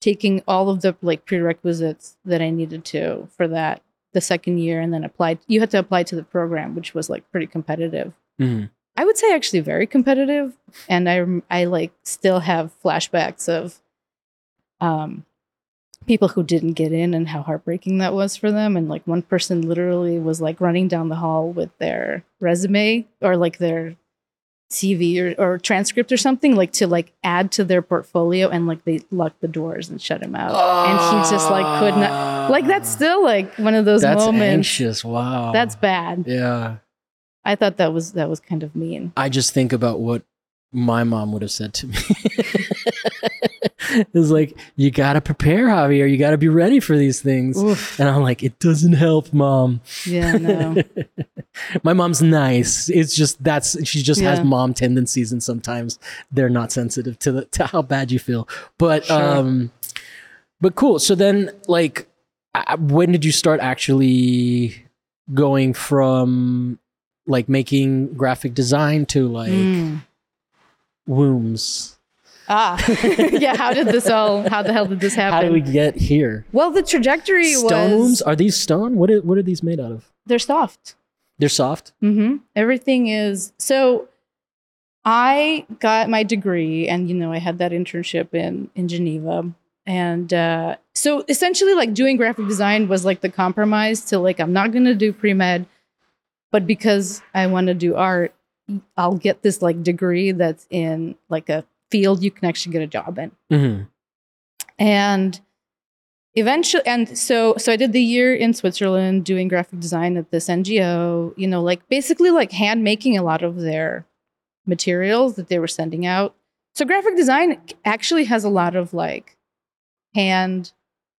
taking all of the like prerequisites that i needed to for that the second year and then applied you had to apply to the program which was like pretty competitive
hmm
i would say actually very competitive and i rem- i like still have flashbacks of um people who didn't get in and how heartbreaking that was for them and like one person literally was like running down the hall with their resume or like their CV or, or transcript or something like to like add to their portfolio and like they locked the doors and shut him out and he just like could not like
Ah.
that's still like one of those
that's
moments
anxious. Wow.
that's bad
Yeah.
i thought that was that was kind of mean
I just think about what my mom would have said to me. it's like, you got to prepare, Javier. You got to be ready for these things.
Oof.
And I'm like, it doesn't help, mom.
yeah no
my mom's nice. It's just that's she just has
Yeah.
mom tendencies, and sometimes they're not sensitive to the to how bad you feel. But
Sure.
um, but cool. So then, like, I- when did you start actually going from like making graphic design to like
Mm.
wombs?
ah yeah how did this all how the hell did this happen
How do we get here?
well the trajectory
Stone
was
wombs? Are these stone? What are, what are these made out of?
they're soft
They're soft.
hmm Everything is so. I got my degree, and you know, I had that internship in in Geneva, and uh, so essentially, like doing graphic design was like the compromise to like I'm not gonna do pre med, but because I want to do art, I'll get this like degree that's in like a field you can actually get a job in
Mm-hmm.
and eventually and so so i did the year in switzerland doing graphic design at this ngo you know like basically like hand making a lot of their materials that they were sending out so graphic design actually has a lot of like hand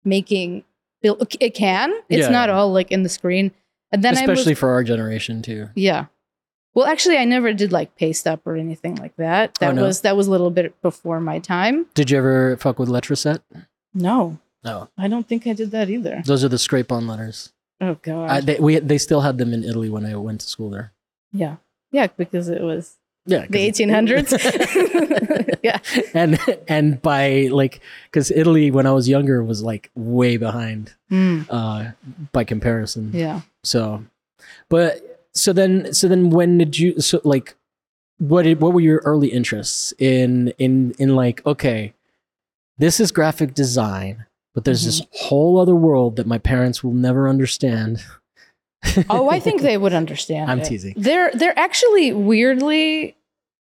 making built it can it's
Yeah.
not all like in the screen and then i moved
Especially for our generation too.
yeah. Well, actually, I never did like paste up or anything like that.
Oh,
That
no?
was that was a little bit before my time.
Did you ever fuck with letter set?
No,
No.
I don't think I did that either.
Those are the scrape on letters.
Oh god.
I, they, we, they still had them in Italy when I went to school there.
yeah. Yeah, because it was
Yeah. 'cause
the
it's-
1800s. yeah.
and, and by like, because Italy when I was younger was like way behind
Mm,
uh, by comparison.
yeah.
So, but so then, so then when did you, so like, what did, what were your early interests in, in, in like, okay, this is graphic design, but there's
Mm-hmm.
this whole other world that my parents will never understand.
Oh, I think they would understand.
I'm
it.
teasing.
They're they're actually weirdly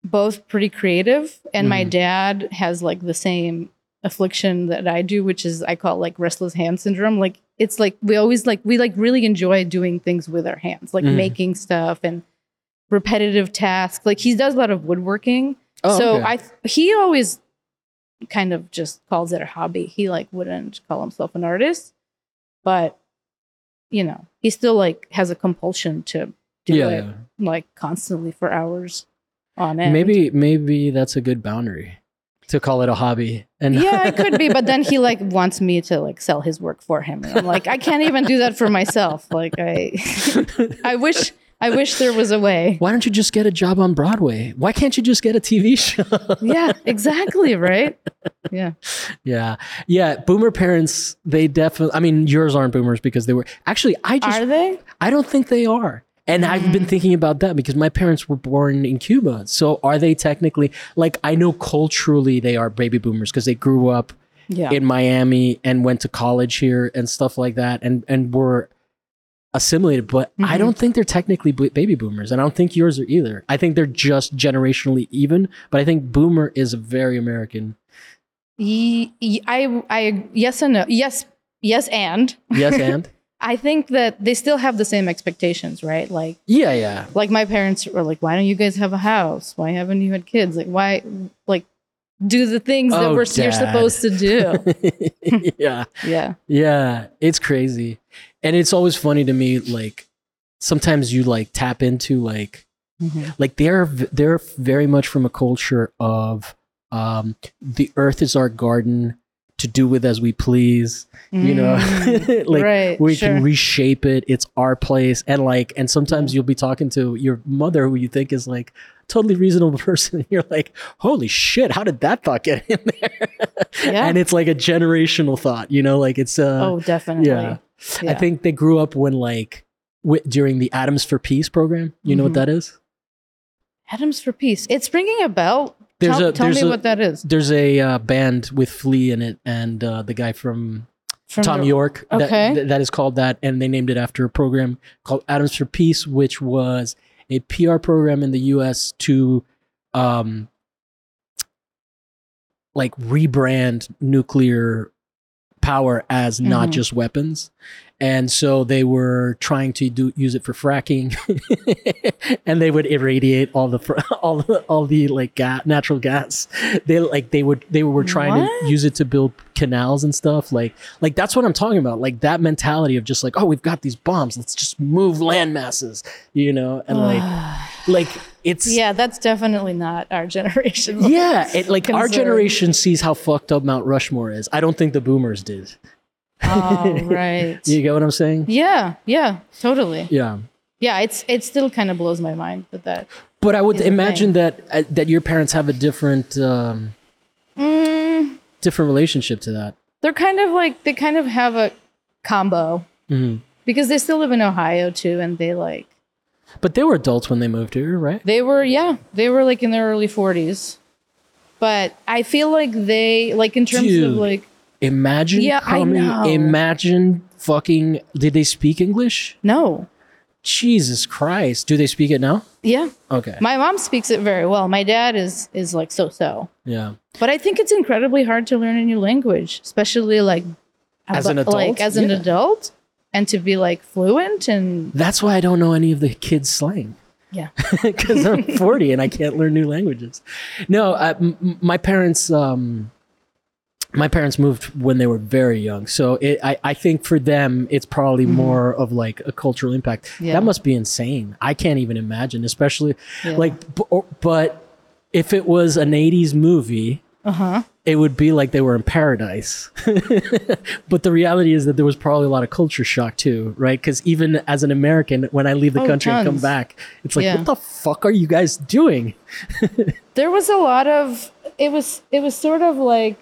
both pretty creative, and my
Mhm.
dad has like the same affliction that I do, which is I call like restless hand syndrome. Like it's like we always like we like really enjoy doing things with our hands, like
Mhm.
making stuff and repetitive tasks. Like he does a lot of woodworking. so
Oh, okay.
I th- he always kind of just calls it a hobby. He like wouldn't call himself an artist, but you know, he still like has a compulsion to do
yeah,
it
yeah.
like constantly for hours. on it.
Maybe maybe that's a good boundary to call it a hobby. And
yeah, it could be, but then he like wants me to like sell his work for him. And I'm like, I can't even do that for myself. Like I I wish I wish there was a way.
why don't you just get a job on Broadway? Why can't you just get a TV show?
Yeah, exactly, right? Yeah.
yeah. Yeah, boomer parents, they definitely I mean yours aren't boomers because they were Actually, I just
Are they? Mm.
I don't think they are. And I've been thinking about that because my parents were born in Cuba. So are they technically like I know culturally they are baby boomers because they grew up
Yeah.
in Miami and went to college here and stuff like that and and were assimilated but I
Mhm.
don't think they're technically b- baby boomers and I don't think yours are either. I think they're just generationally even, but I think boomer is very American.
Ye- ye- I I yes and no. Yes, yes and
Yes and?
I think that they still have the same expectations, right? Like
yeah, yeah.
like my parents were like why don't you guys have a house why haven't you had kids like why like do the things that
Oh,
we're
Dad.
you're supposed to do
yeah.
yeah
Yeah, it's crazy. And it's always funny to me like sometimes you like tap into like like they're v- they're very much from a culture of um the earth is our garden to do with as we please, you know.
Mm.
like
right
we
sure.
can reshape it. It's our place. And like and sometimes you'll be talking to your mother who you think is like totally reasonable person and you're like, "Holy shit, how did that thought get in there?"
Yeah.
And it's like a generational thought, you know, like it's uh
oh definitely
yeah. I
Yeah.
think they grew up when like w- during the Atoms for Peace program. You know what
Mhm.
that is?
adams for peace it's ringing a bell
There's
tell
a
tell
there's
me
a
what that is
there's a uh, band with Flea in it and uh, the guy from,
From
Tom
the-
York that-
Okay.
that, that is called that, and they named it after a program called Atoms for Peace, which was a PR program in the U.S. to um, like rebrand nuclear power as not
Mhm.
just weapons and so they were trying to do use it for fracking and they would irradiate all the fr- all the all the like ga- natural gas they like they would they were trying to
What?
use it to build canals and stuff like like that's what i'm talking about like that mentality of just like oh we've got these bombs let's just move land masses you know and like like it's
yeah that's definitely not our generation
yeah, it, like our
Concern.
generation sees how fucked up Mount Rushmore is. I don't think the boomers did.
oh right
You get what I'm saying?
yeah yeah totally
Yeah.
yeah it's it still kind of blows my mind that that
But I would
Is a thing.
imagine that uh, that your parents have a different um,
Mm.
different relationship to that.
they're kind of like they kind of have a combo
Mhm.
because they still live in Ohio too, and they like
But they were adults when they moved here, right?
they were yeah they were like in their early forties, but I feel like they like in terms of
Dude.
like
Imagine
Yeah, I
coming.
know.
Imagine fucking. Did they speak English?
no
Jesus Christ! Do they speak it now?
yeah
Okay.
my mom speaks it very well my dad is is like so so
yeah.
but I think it's incredibly hard to learn a new language especially like
As an
abo- like
adult?
as an
Yeah.
adult and to be like fluent and
That's why I don't know any of the kids' slang.
yeah
because I'm 40 and I can't learn new languages. No, I, m- m- my parents, um, my parents moved when they were very young, so it, I, I think for them it's probably more of like a cultural impact.
Mm-hmm. Yeah.
That must be insane. I can't even imagine, especially
Yeah.
like. B- or- but if it was an 80s movie.
uh huh
It would be like they were in paradise. but the reality is that there was probably a lot of culture shock too, right? Because even as an American, when I leave the
Oh,
country and come
tons.
back, it's like,
Yeah.
what the fuck are you guys doing?
there was a lot of it was it was sort of like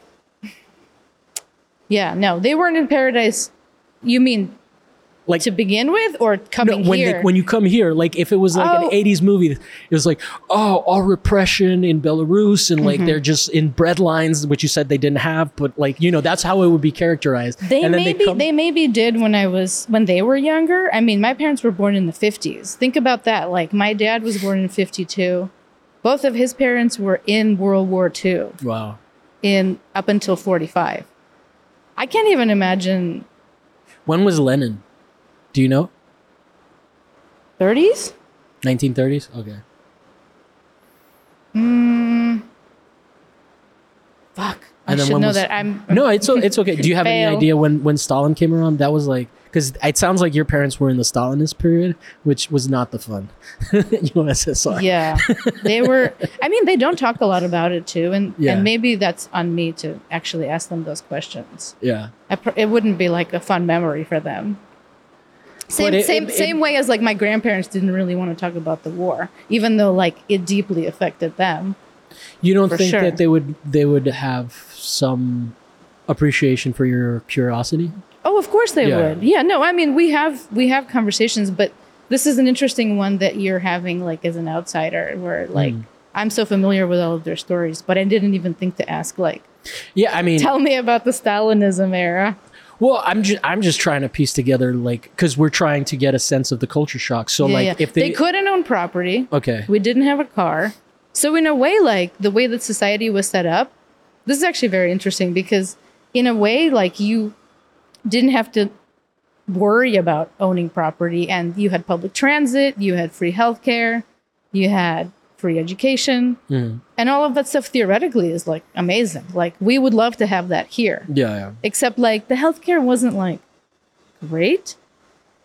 yeah no they weren't in paradise you mean
Like-
to begin with or
No,
coming
when
here
they, when you come here, like if it was like
Oh.
an '80s movie, it was like, oh, all repression in Belarus, and
Mm-hmm.
like they're just in bread lines, which you said they didn't have, but like you know, that's how it would be characterized.
they
And then
maybe they,
come-
maybe did when I was when they were younger. I mean, my parents were born in the 50s. Think about that. Like my dad was born in 52. Both of his parents were in World War II
wow.
in up until 45. I can't even imagine
When was Lenin? Do you know?
30s?
1930s. Okay.
Fuck. I
And then
should
when
know
was-
that. I'm
No, it's o- it's okay. Do you have any
Fail.
idea when when Stalin came around? That was like because it sounds like your parents were in the Stalinist period, which was not the fun USSR.
Yeah, they were. I mean, they don't talk a lot about it too, and
Yeah.
and maybe that's on me to actually ask them those questions.
Yeah.
I pr- It wouldn't be like a fun memory for them. Same
it-
same
it-
same way as like my grandparents didn't really want to talk about the war, even though like it deeply affected them.
You don't
For
think
sure.
that they would they would have some appreciation for your curiosity?
Oh, of course they
Yeah.
would. Yeah, no, I mean we have we have conversations, but this is an interesting one that you're having like as an outsider, where like
Mm.
I'm so familiar with all of their stories, but I didn't even think to ask like,
Yeah, I mean,
tell me about the Stalinism era.
well, I'm just I'm just trying to piece together like because we're trying to get a sense of the culture shock. So
Yeah,
like
yeah.
if they,
couldn't own property,
okay,
we didn't have a car, so in a way, like the way that society was set up, this is actually very interesting because in a way, like you didn't have to worry about owning property, and you had public transit, you had free healthcare, you had free education,
Mhm.
and all of that stuff theoretically is like amazing. Like we would love to have that here.
yeah, yeah,
except like the healthcare wasn't like great.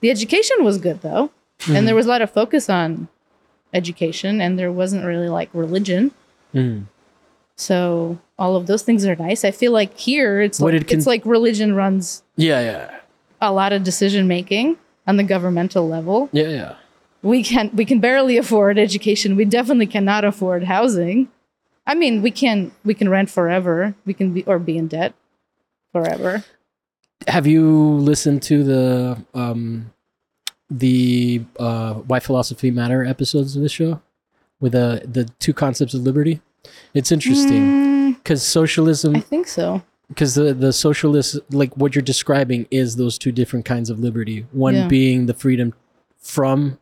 The education was good though, and
Mm-hmm.
there was a lot of focus on education, and there wasn't really like religion.
Mhm.
So all of those things are nice. I feel like here it's
What
like,
it can-
it's like religion runs
yeah, yeah,
a lot of decision making on the governmental level.
yeah, yeah.
We can we can barely afford education. We definitely cannot afford housing. I mean, we can we can rent forever. We can be or be in debt forever.
Have you listened to the um the uh why philosophy matter episodes of this show with uh, the two concepts of liberty? It's interesting
Mm,
because socialism
I think so.
because the the socialist like what you're describing is those two different kinds of liberty one
Yeah.
being the freedom from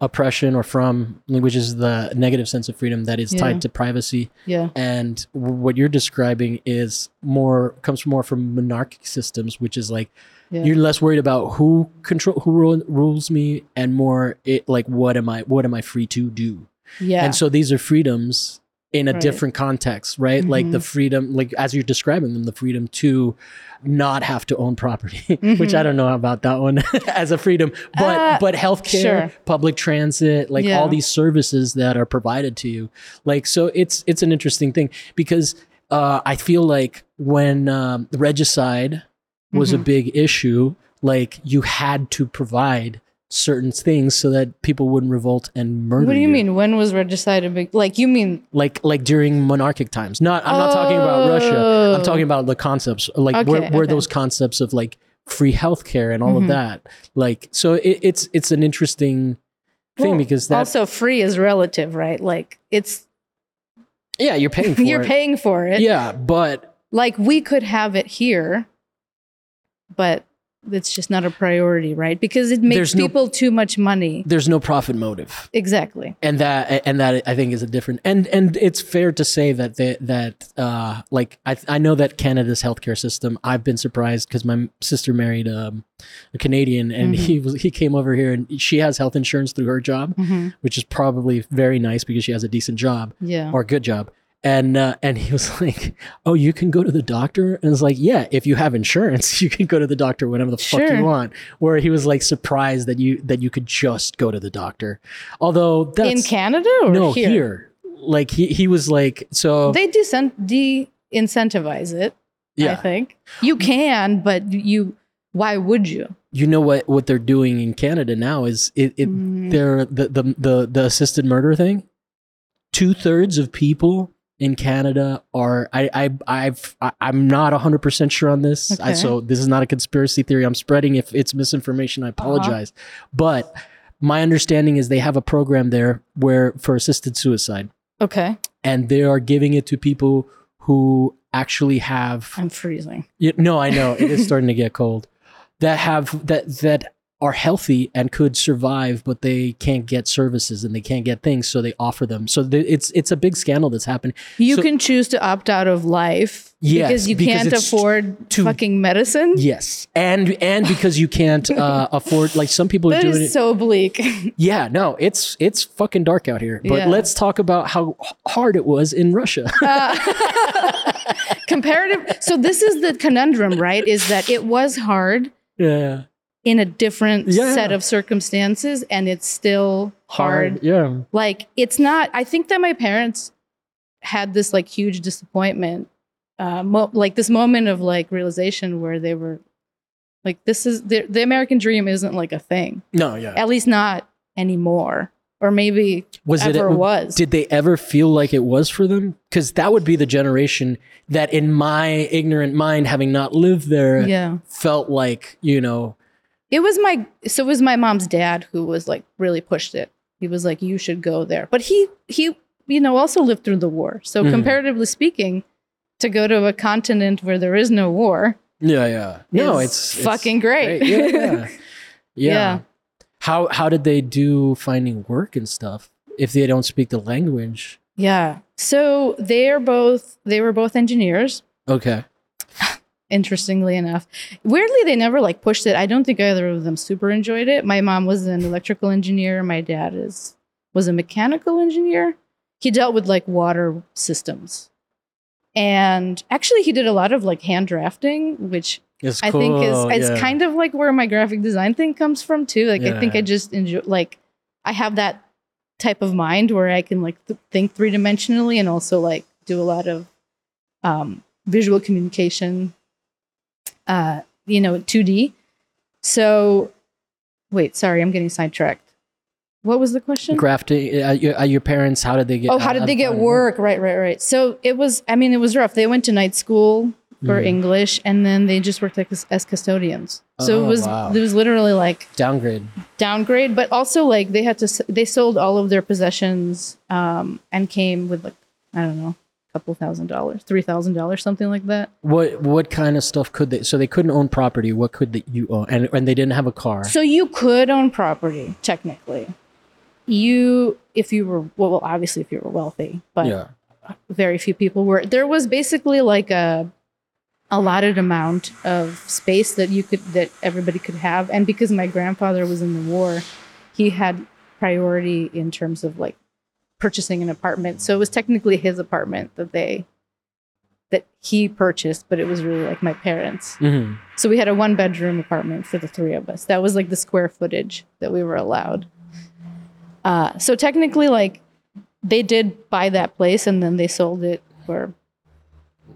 oppression or from which is the negative sense of freedom that is
Yeah.
tied to privacy
Yeah.
and w- what you're describing is more comes more from monarchic systems which is like
Yeah.
you're less worried about who control who ru- rules me and more it like what am i what am i free to do
Yeah.
and so these are freedoms in a
Right. Mm-hmm.
different context, right? Like the freedom, like as you're describing them, the freedom to not have to own property, which I don't know about that one as a freedom, but
Mm-hmm. Uh,
but healthcare,
sure.
public transit, like all
Yeah.
these services that are provided to you, like so it's it's an interesting thing because uh, I feel like when um, regicide was
Mm-hmm.
a big issue, like you had to provide certain things so that people wouldn't revolt and murder
what do you mean? When was regicide a big? Like you mean?
like like during monarchic times. Not I'm not talking about Russia. I'm
Oh.
talking about the concepts. Like where,
Okay,
where
okay.
those concepts of like free healthcare and all of
Mhm.
that. Like so it, it's it's an interesting thing
Well,
because that
also free is relative, right? Like it's
yeah you're paying for
you're
it.
paying for it.
yeah, but
Like we could have it here, but it's just not a priority, right? Because it makes
There's no-
people too much money.
there's no profit motive,
Exactly.
and that and that I think is a different and and it's fair to say that they, that uh like I I know that Canada's healthcare system. I've been surprised because my sister married um, a Canadian and
Mhm.
he was he came over here and she has health insurance through her job.
Mhm.
which is probably very nice because she has a decent job
Yeah.
or a good job. And uh, and he was like, "Oh, you can go to the doctor." And it's like, "Yeah, if you have insurance, you can go to the doctor whenever the fuck
Sure.
you want." Where he was like surprised that you that you could just go to the doctor. Although that's
In Canada or
no
here?
Like he he was like so
They decent de incentivize it. I
yeah.
think you can, but you. Why would you?
You know what what they're doing in Canada now is it, it
Mm.
they're the, the the the assisted murder thing. Two thirds of people in Canada are I I I've I, I'm not hundred percent sure on this. I,
Okay.
so this is not a conspiracy theory I'm spreading. If it's misinformation, I apologize. But my understanding is they have a program there where for assisted suicide,
Okay,
and they are giving it to people who actually have.
I'm freezing.
You, no, I know it is starting to get cold. That have that that are healthy and could survive, but they can't get services and they can't get things, so they offer them. So the, it's it's a big scandal that's happened.
You
So-
can choose to opt out of life
Yes,
because you
because
can't
it's
afford
too-
fucking medicine.
Yes, and and because you can't uh, afford, like some people are
that
doing
is
it.
so bleak.
yeah, no, it's it's fucking dark out here. But
Yeah.
let's talk about how h- hard it was in Russia.
Uh, Comparative. So this is the conundrum, right? Is that it was hard
yeah,
in a different
Yeah,
set
yeah.
of circumstances and it's still hard.
Yeah.
Like it's not I think that my parents had this like huge disappointment uh mo- like this moment of like realization where they were like this is the, the American dream isn't like a thing.
No. Yeah.
At least not anymore or maybe
Was it?
ever was.
Did they ever feel like it was for them? Because that would be the generation that, in my ignorant mind, having not lived there,
yeah.
felt like you know.
It was my so it was my mom's dad who was like really pushed it. He was like, "You should go there," but he he you know also lived through the war. So
Mhm.
comparatively speaking, to go to a continent where there is no war,
Yeah. Yeah. No.
is
It's, it's
fucking great.
Yeah, yeah. yeah.
Yeah.
How how did they do finding work and stuff if they don't speak the language?
Yeah. So they're both they were both engineers.
Okay.
Interestingly enough, weirdly they never like pushed it. I don't think either of them super enjoyed it. My mom was an electrical engineer. My dad is was a mechanical engineer. He dealt with like water systems. And actually, he did a lot of like hand drafting, which
It's
I think is is kind of like where my graphic design thing comes from too. Like I think
Yeah.
I just enjoy like I have that type of mind where I can like th- think three dimensionally and also like do a lot of um, visual communication. Uh, you know, two D. So, wait, sorry, I'm getting sidetracked. What was the question?
grafting uh, your, uh, your parents how did they get
oh, how did they get work? Right, right, right. So it was. I mean, it was rough. They went to night school for
Mhm.
English, and then they just worked like as, as custodians. So
Oh,
it was
wow.
it was literally like
downgrade
downgrade, but also like they had to s- they sold all of their possessions um, and came with like I don't know a couple thousand dollars, three thousand dollars, something like that.
what what kind of stuff could they so they couldn't own property what could they, you own and, and they didn't have a car
So you could own property technically. You, if you were well, well obviously if you were wealthy, but
yeah
very few people were. There was basically like a allotted amount of space that you could that everybody could have. And because my grandfather was in the war, he had priority in terms of like purchasing an apartment. So it was technically his apartment that they that he purchased, but it was really like my parents.
hmm
So we had a one bedroom apartment for the three of us. That was like the square footage that we were allowed. Uh, so technically, like they did buy that place and then they sold it for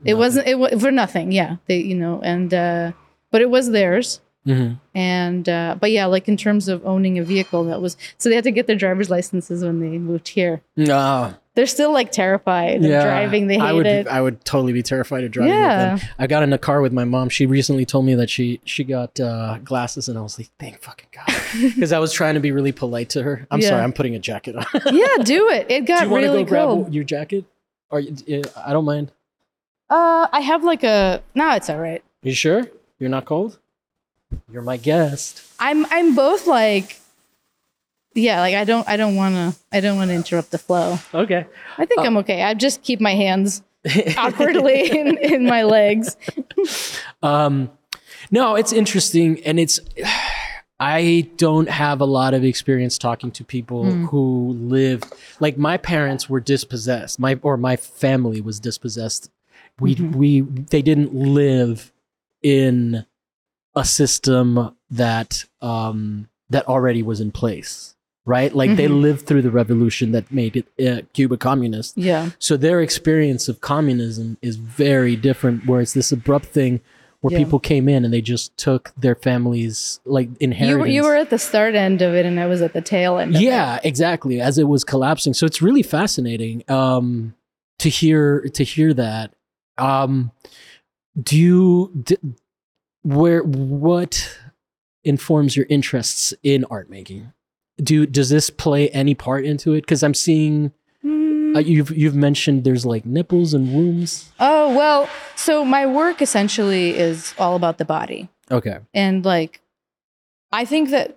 it wasn't it was for nothing. Yeah, they you know and uh, but it was theirs.
hmm
And uh, but yeah, like in terms of owning a vehicle, that was so they had to get their driver's licenses when they moved here.
no
They're still like terrified
yeah
of driving. They hate
i would
it.
i would totally be terrified of driving yeah. with them i got in a car with my mom she recently told me that she she got uh glasses and i was like thank fucking god because i was trying to be really polite to her i'm
Yeah.
sorry i'm putting a jacket on
yeah, do it. It
do
got
you want to
really
go grab
cold.
your jacket or you- i don't mind
Uh, I have like a no, it's all right.
you sure you're not cold you're my guest
I'm I'm both like yeah, like I don't I don't want to I don't want to interrupt the flow.
okay
I think I'm okay. I just keep my hands awkwardly in, in my legs.
Um, no, it's interesting, and it's. I don't have a lot of experience talking to people who lived like my parents were dispossessed. My or my family was dispossessed. We we they didn't live in a system that um that already was in place, right? Like they lived through the revolution that made it uh, Cuba communist.
Yeah.
So their experience of communism is very different, where it's this abrupt thing where
Yeah.
people came in and they just took their families like inheritance.
You were you were at the start end of it and I was at the tail end of it.
yeah, exactly. As it was collapsing, so it's really fascinating um, to hear to hear that. Um, do you d- where what informs your interests in art making? Do does this play any part into it? Because I'm seeing
Hmm.
uh, you've you've mentioned there's like nipples and wombs.
Oh, well, so my work essentially is all about the body.
Okay.
and like i think that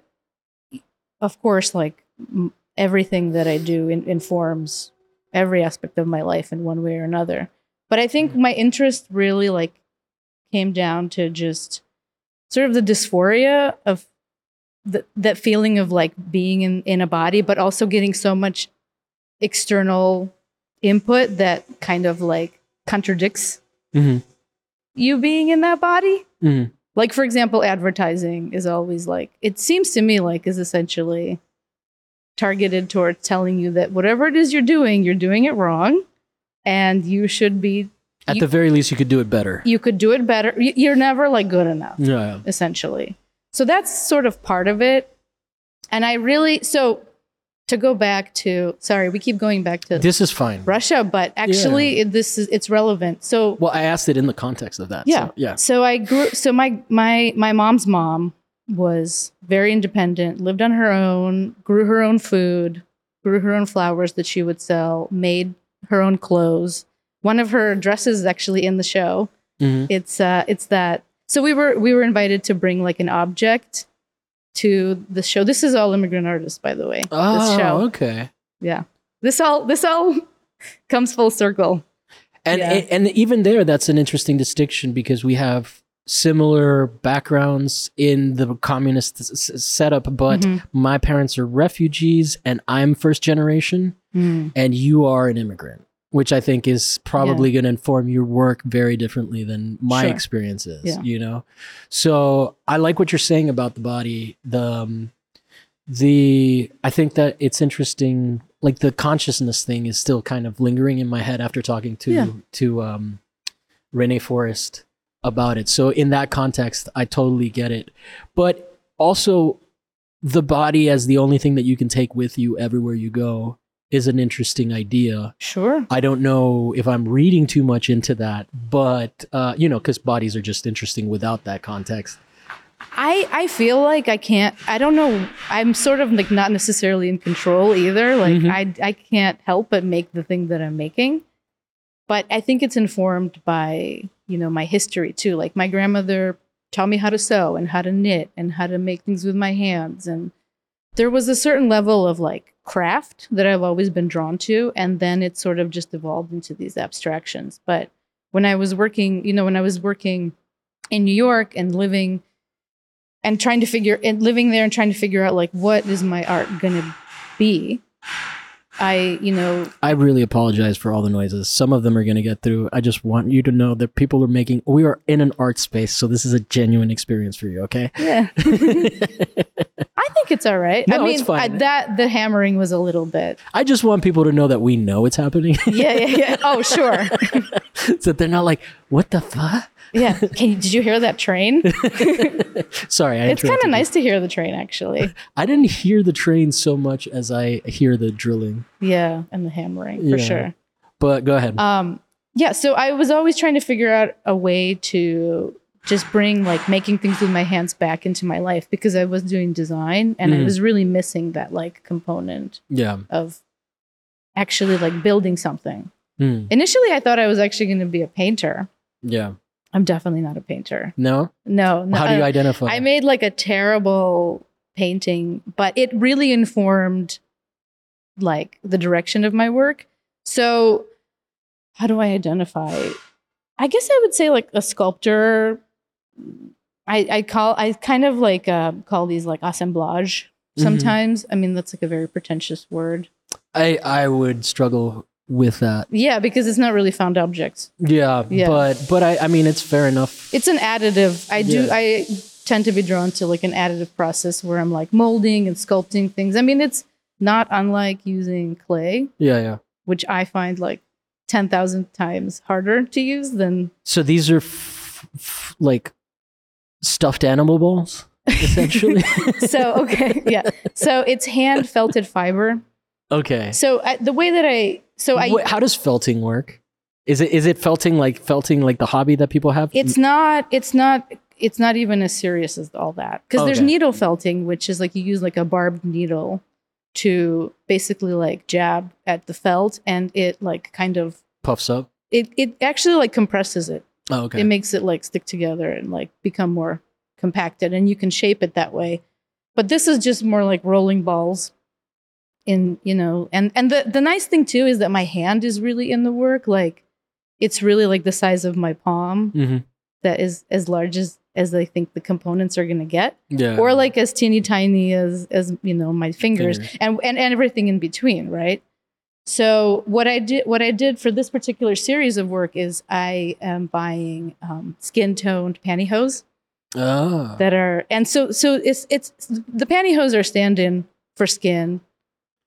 of course like m- everything that i do in- informs every aspect of my life in one way or another but i think my interest really like came down to just sort of the dysphoria of the, that feeling of like being in, in a body but also getting so much external input that kind of like contradicts
hmm
you being in that body
Mhm.
Like for example, advertising is always like it seems to me like is essentially targeted towards telling you that whatever it is you're doing, you're doing it wrong, and you should be.
At
you,
the very least, you could do it better.
you could do it better. You- You're never like good enough
Yeah.
essentially. So that's sort of part of it. And I really, so to go back to, sorry, we keep going back to
This is fine.
Russia, but actually it, this is, it's relevant. So,
Well, I asked it in the context of that.
Yeah.
So, yeah.
so I grew, so my, my, my mom's mom was very independent, lived on her own, grew her own food, grew her own flowers that she would sell, made her own clothes. One of her dresses is actually in the show
Mhm.
it's uh it's that so we were we were invited to bring like an object to the show this is all immigrant artists by the way this show
Oh, okay.
this all this all comes full circle
And
Yeah.
a- and even there, that's an interesting distinction because we have similar backgrounds in the communist s- s- setup, but
Mhm.
my parents are refugees and I'm first generation, and you are an immigrant, which I think is probably going to inform your work very differently than my
Sure.
experience is.
Yeah.
You know, so I like what you're saying about the body. The um, the I think that it's interesting. Like the consciousness thing is still kind of lingering in my head after talking to
Yeah.
to um, Renee Forrest about it. So in that context, I totally get it. But also, the body as the only thing that you can take with you everywhere you go is an interesting idea.
sure
I don't know if I'm reading too much into that, but uh, you know, because bodies are just interesting without that context.
i i feel like i can't i don't know i'm sort of like not necessarily in control either like
Mhm.
i i can't help but make the thing that i'm making but i think it's informed by you know my history too like my grandmother taught me how to sew and how to knit and how to make things with my hands and there was a certain level of like craft that i've always been drawn to and then it sort of just evolved into these abstractions but when i was working you know when i was working in new york and living and trying to figure and living there and trying to figure out like what is my art going to be i you know
I really apologize for all the noises. Some of them are going to get through. I just want you to know that people are making, we are in an art space, so this is a genuine experience for you, okay?
yeah I think it's all right. I
No,
mean,
it's fine.
I, that the hammering was a little bit.
I just want people to know that we know it's happening,
Yeah, yeah, yeah. Oh, sure.
so that they're not like, what the fuck?
Yeah. Can you, did you hear that train?
Sorry, I
It's kind
interrupted
of
you.
nice to hear the train, actually.
I didn't hear the train so much as I hear the drilling,
Yeah, and the hammering for
Yeah.
sure.
but go ahead.
Um, yeah. So I was always trying to figure out a way to just bring like making things with my hands back into my life because I was doing design and I
Mhm.
was really missing that like component
yeah.
of actually like building something.
Mm,
Initially, I thought I was actually going to be a painter.
yeah.
I'm definitely not a painter.
No?
No, no.
How do you
uh,
identify?
I made like a terrible painting, but it really informed like the direction of my work. So, how do I identify? I guess I would say like a sculptor. I, I call I kind of like uh, call these like assemblage
Mhm.
sometimes. I mean that's like a very pretentious word.
I I would struggle with that.
Yeah, because it's not really found objects.
Yeah,
Yeah.
but but I I mean it's fair enough.
it's an additive i do
Yeah.
i tend to be drawn to like an additive process where i'm like molding and sculpting things i mean it's not unlike using clay
yeah, yeah.
which i find like 10,000 times harder to use than
So these are f- f- like stuffed animal balls essentially.
so okay yeah so it's hand felted fiber
okay.
so I, the way that i so i
Wh- how does felting work? Is it is it felting like felting like the hobby that people have?
it's not it's not it's not even as serious as all that because there's
Okay.
needle felting which is like you use like a barbed needle to basically like jab at the felt and it like kind of
puffs up.
it it actually like compresses it
Oh, okay.
it makes it like stick together and like become more compacted and you can shape it that way but this is just more like rolling balls in you know and and the the nice thing too is that my hand is really in the work like it's really like the size of my palm
hmm
that is as large as as I think the components are going to get,
Yeah.
or like as teeny tiny as as you know my fingers,
Fingers.
And, and and everything in between, right? So what I did what I did for this particular series of work is I am buying um, skin toned pantyhose
Oh.
that are and so so it's it's the pantyhose are stand-in for skin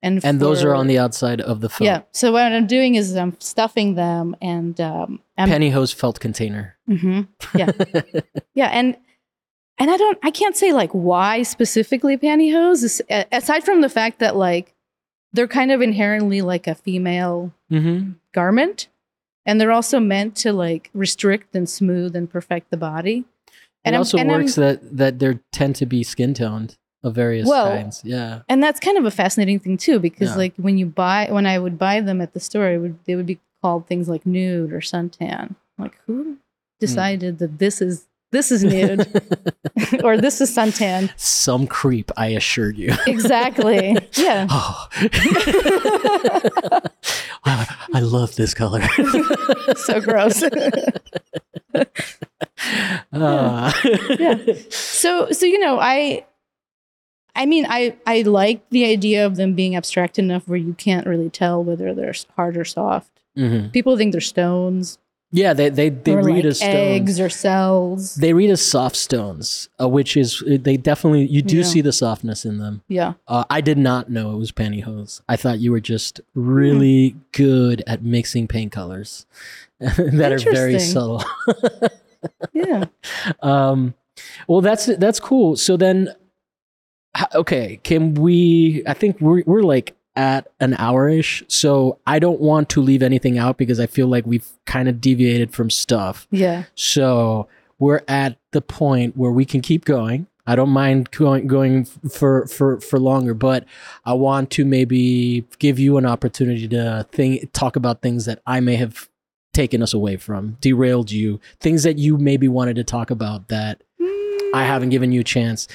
and
and those
for-
are on the outside of the felt.
yeah so what i'm doing is i'm stuffing them and um I'm,
Pantyhose felt container.
Mhm. yeah yeah and and i don't i can't say like why specifically pantyhose is- a- aside from the fact that like they're kind of inherently like a female
mm-hmm.
garment and they're also meant to like restrict and smooth and perfect the body
It
I'm-
also
I'm-
works that that there tend to be skin toned of various
Well,
kinds. Yeah.
and that's kind of a fascinating thing too because
Yeah.
like when you buy when i would buy them at the store it would, they would be called things like nude or suntan like
Hmm.
who decided that this is this is nude or this is suntan
Some creep, I assure you.
exactly yeah
Oh. Wow, I love this color.
so gross
Ah.
so so you know i i mean i i like the idea of them being abstract enough where you can't really tell whether they're hard or soft
Mhm.
people think they're stones
Yeah, they they, they
or
read
like
as stones.
eggs or cells
They read as soft stones, uh, which is they definitely you do
Yeah.
see the softness in them.
yeah
Uh, I did not know it was pantyhose. I thought you were just
Hmm.
really good at mixing paint colors that are very
Interesting.
subtle.
yeah
Um, well, that's that's cool. So then, h- okay, can we? I think we're we're like at an hour ish. So I don't want to leave anything out because I feel like we've kind of deviated from stuff.
yeah
So we're at the point where we can keep going. I don't mind going going f- for for for longer, but I want to maybe give you an opportunity to think talk about things that I may have taken us away from, derailed you, things that you maybe wanted to talk about that I haven't given you a chance.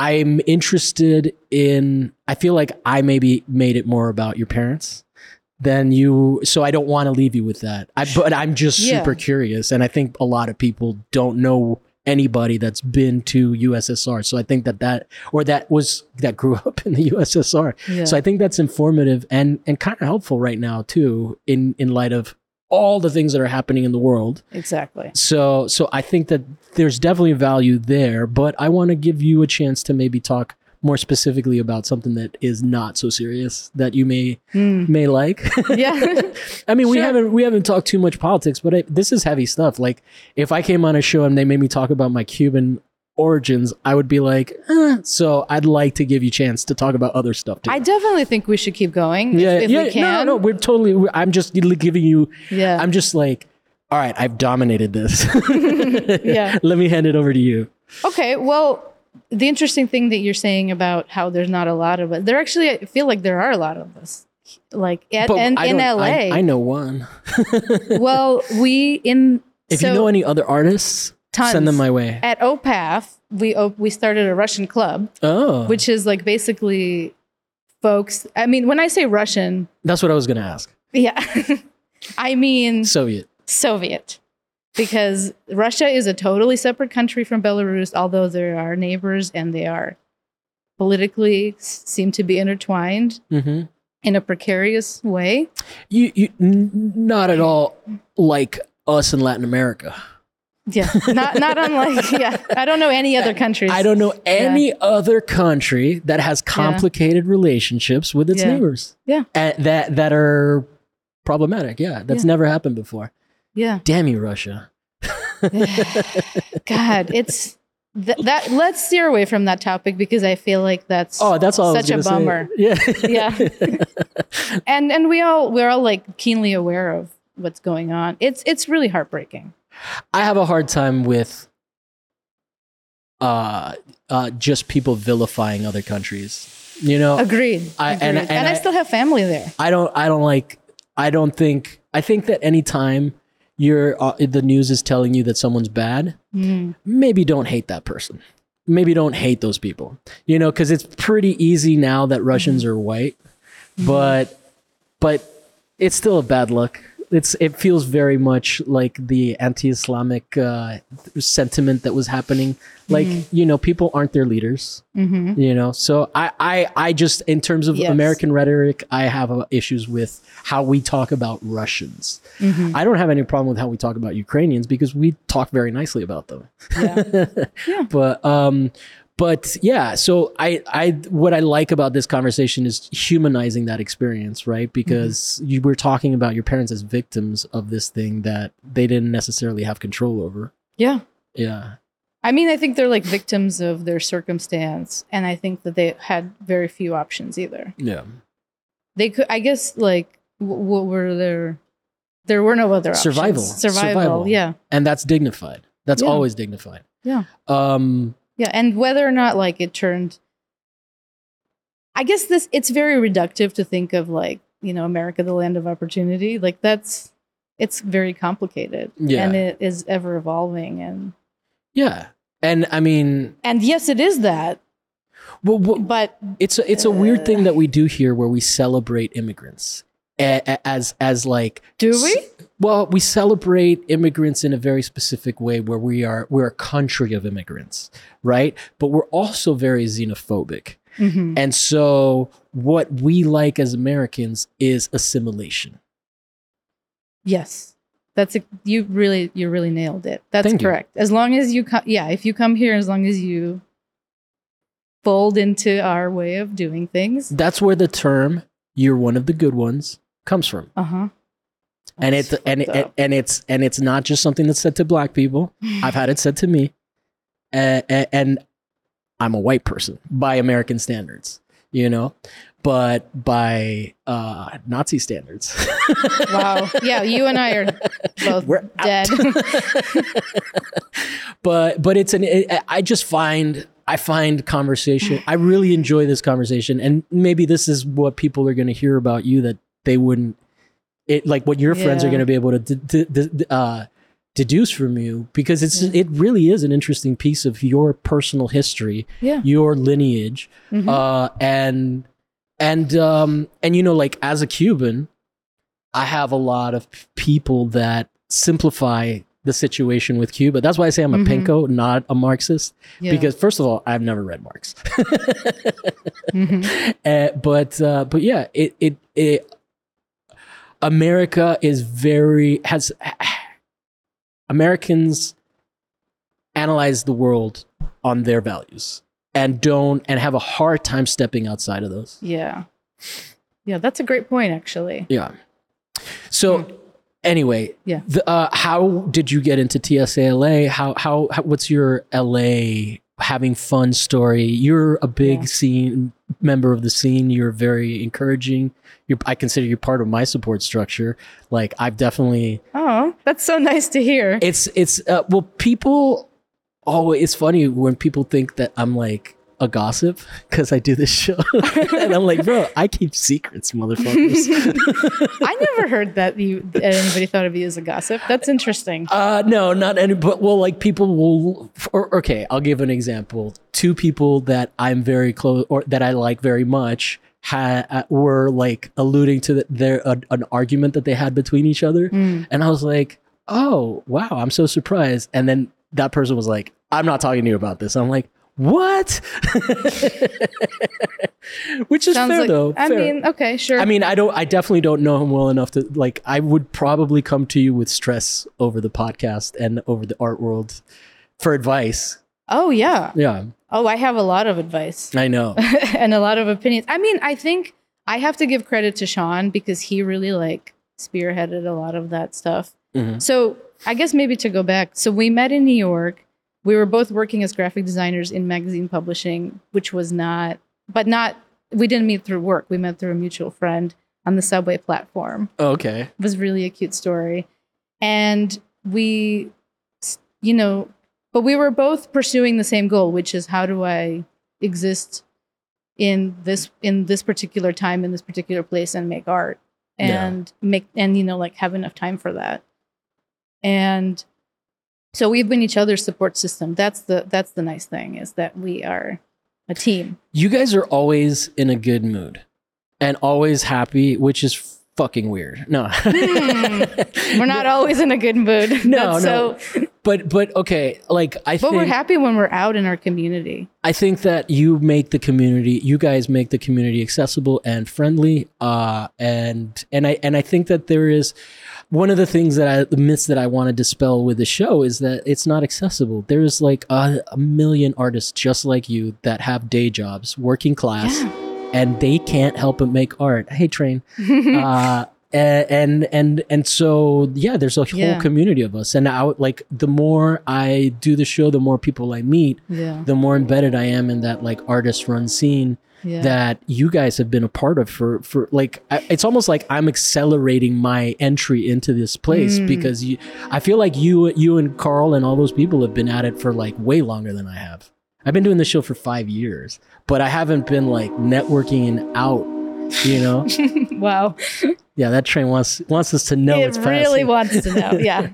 I'm interested in I feel like I maybe made it more about your parents than you so I don't want to leave you with that. I but I'm just
Yeah.
super curious and I think a lot of people don't know anybody that's been to USSR. So I think that that or that was that grew up in the USSR.
yeah
So I think that's informative and and kind of helpful right now too in in light of all the things that are happening in the world.
Exactly.
So so I think that there's definitely value there, but I want to give you a chance to maybe talk more specifically about something that is not so serious that you may may like.
Yeah.
I mean, we
Hmm. Sure.
haven't we haven't talked too much politics, but I, this is heavy stuff. Like if I came on a show and they made me talk about my Cuban origins, I would be like, eh. so I'd like to give you a chance to talk about other stuff too.
I definitely think we should keep going
yeah,
if, if
yeah,
we can.
no, no, we're totally. we're- I'm just giving you
Yeah.
I'm just like, all right, I've dominated this.
Yeah.
Let me hand it over to you.
okay. Well, the interesting thing that you're saying about how there's not a lot of us, there actually, I feel like there are a lot of us. Like at, and,
I
in
don't-
LA.
I, I know one.
well, we in.
If
so
you know any other artists,
Tons.
send them my way.
At OPAF, we op- we started a Russian club,
Oh,
which is like basically folks. I mean, when I say Russian,
that's what I was gonna ask.
yeah, I mean
Soviet.
Soviet. Because Russia is a totally separate country from Belarus, although they are neighbors and they are politically s- seem to be intertwined
Mm-hmm.
in a precarious way.
You, you, n- not at all like us in Latin America.
Yeah, not not unlike yeah. I don't know any other countries.
I don't know any other country that has complicated relationships with its
Yeah.
neighbors.
Yeah.
and that that are problematic. Yeah, that's
Yeah.
never happened before.
Yeah,
Damn you, Russia.
God, it's th- that. Let's steer away from that topic because I feel like that's
Oh, that's all. I
Such a
was gonna
bummer.
Say. Yeah.
yeah. and and we all we're all like keenly aware of what's going on. It's it's really heartbreaking.
I have a hard time with uh, uh, just people vilifying other countries. You know,
Agreed.
Oh. I-
Agreed.
and-
and,
and
I,
I-
still have family there.
I don't. I don't like. I don't think. I think that anytime you're uh, the news is telling you that someone's bad,
Mm-hmm.
maybe don't hate that person. Maybe don't hate those people. You know, because it's pretty easy now that Russians are white, but but it's still a bad look. it's it feels very much like the anti-Islamic uh, sentiment that was happening. Like
Mhm.
you know, people aren't their leaders.
hmm
You know, so I I I just in terms of
Yes.
American rhetoric, I have uh, issues with how we talk about Russians.
hmm
I don't have any problem with how we talk about Ukrainians because we talk very nicely about them.
Yeah. Yeah.
But um but yeah, so I I what I like about this conversation is humanizing that experience,
Mm-hmm.
right? Because you were talking about your parents as victims of this thing that they didn't necessarily have control over.
yeah.
Yeah.
I mean, I think they're like victims of their circumstance, and I think that they had very few options either.
Yeah.
They could, I guess, like w- what were their? There were no other
Survival.
options. Survival.
Survival.
Yeah,
And that's dignified. That's
Yeah.
always dignified.
Yeah.
Um
yeah, and whether or not like it turned. I guess this it's very reductive to think of like you know America, the land of opportunity. Like that's it's very complicated,
Yeah.
and it is ever evolving, and
yeah. And I mean,
and yes, it is that,
well, what,
but
it's a, it's a weird thing that we do here where we celebrate immigrants a- a- as as like
do
S-
we?
Well, we celebrate immigrants in a very specific way where we are we're a country of immigrants, right? But we're also very xenophobic.
Mhm.
And so what we like as Americans is assimilation.
Yes. That's a, you really you really nailed it. That's
Thank you.
correct. As long as you come yeah, if you come here as long as you fold into our way of doing things.
That's where the term you're one of the good ones comes from.
Uh-huh.
And
That's
it's and
fucked
it,
up.
and it's and it's not just something that's said to black people. I've had it said to me, uh, a- and I'm a white person by American standards, you know, but by uh, Nazi standards.
wow. Yeah, you and I are both
We're out.
dead. Mm-hmm.
but but it's an it, I just find I find conversation. I really enjoy this conversation, and maybe this is what people are going to hear about you that they wouldn't. It like what your friends are
Yeah.
going to be able to d- d- d- uh, deduce from you because it's it really is an interesting piece of your personal history,
yeah.
your lineage,
Mhm.
uh, and and um, and you know, like as a Cuban, I have a lot of p- people that simplify the situation with Cuba. That's why I say I'm a
Mhm.
pinko, not a Marxist,
Yeah.
because first of all, I've never read Marx.
Mhm.
Uh, but uh, but yeah, it it it America is very has Americans analyze the world on their values and don't and have a hard time stepping outside of those.
Yeah. Yeah, that's a great point actually.
Yeah. So anyway,
Mm. Yeah.
The, uh, how did you get into TSALA? How, how how what's your LA having fun story? You're a big
Yeah.
scene member of the scene. You're very encouraging. You're, I consider you part of my support structure. Like I've definitely
Oh, that's so nice to hear.
it's it's uh, well people. Oh, it's funny when people think that I'm like a gossip because I do this show, and I'm like, bro, I keep secrets, motherfuckers.
I never heard that you that anybody thought of you as a gossip. That's interesting.
Uh, no, not any. But well, like people will. Or, okay, I'll give an example. Two people that I'm very close, or that I like very much, ha- uh, were like alluding to the, their an an argument that they had between each other,
Mm.
and I was like, "Oh, wow, I'm so surprised." And then that person was like, "I'm not talking to you about this." I'm like, "What?" Which is
Sounds
fair
like
though.
I
fair.
mean, okay, sure.
I mean, I don't. I definitely don't know him well enough to like. I would probably come to you with stress over the podcast and over the art world for advice.
oh yeah.
Yeah,
Oh, I have a lot of advice
I know.
and a lot of opinions. I mean, I think I have to give credit to Sean because he really like spearheaded a lot of that stuff.
Mhm.
So I guess maybe to go back. So we met in New York. We were both working as graphic designers in magazine publishing, which was not, but not, we didn't meet through work. We met through a mutual friend on the subway platform.
Okay.
was really a cute story. And we, s- you know, but we were both pursuing the same goal, which is how do I exist in this in this particular time in this particular place and make art
Yeah.
and make and you know like have enough time for that. And so we've been each other's support system. That's the that's the nice thing is that we are a team.
You guys are always in a good mood and always happy, which is fucking weird. No.
Hmm. We're not always in a good mood.
No,
That's
no.
So,
but but okay, like I
but
think
we're happy when we're out in our community.
I think that you make the community, you guys make the community accessible and friendly. Uh, and and I and I think that there is one of the things that I the myths that I want to dispel with the show is that it's not accessible. There is like a, a million artists just like you that have day jobs, working class,
Yeah.
and they can't help but make art. Hey, train. uh, a- and and and so yeah, there's a whole
Yeah.
community of us. And I would- like the more I do the show, the more people I meet
yeah.
the more embedded I am in that like artist run scene
Yeah.
that you guys have been a part of for for like I, it's almost like I'm accelerating my entry into this place
Mm.
because you I feel like you you and Carl and all those people have been at it for like way longer than I have. I've been doing this show for 5 years, but I haven't been like networking out, you know?
wow.
yeah, that train wants wants us to know
it
it's
really
passing.
wants to know. Yeah.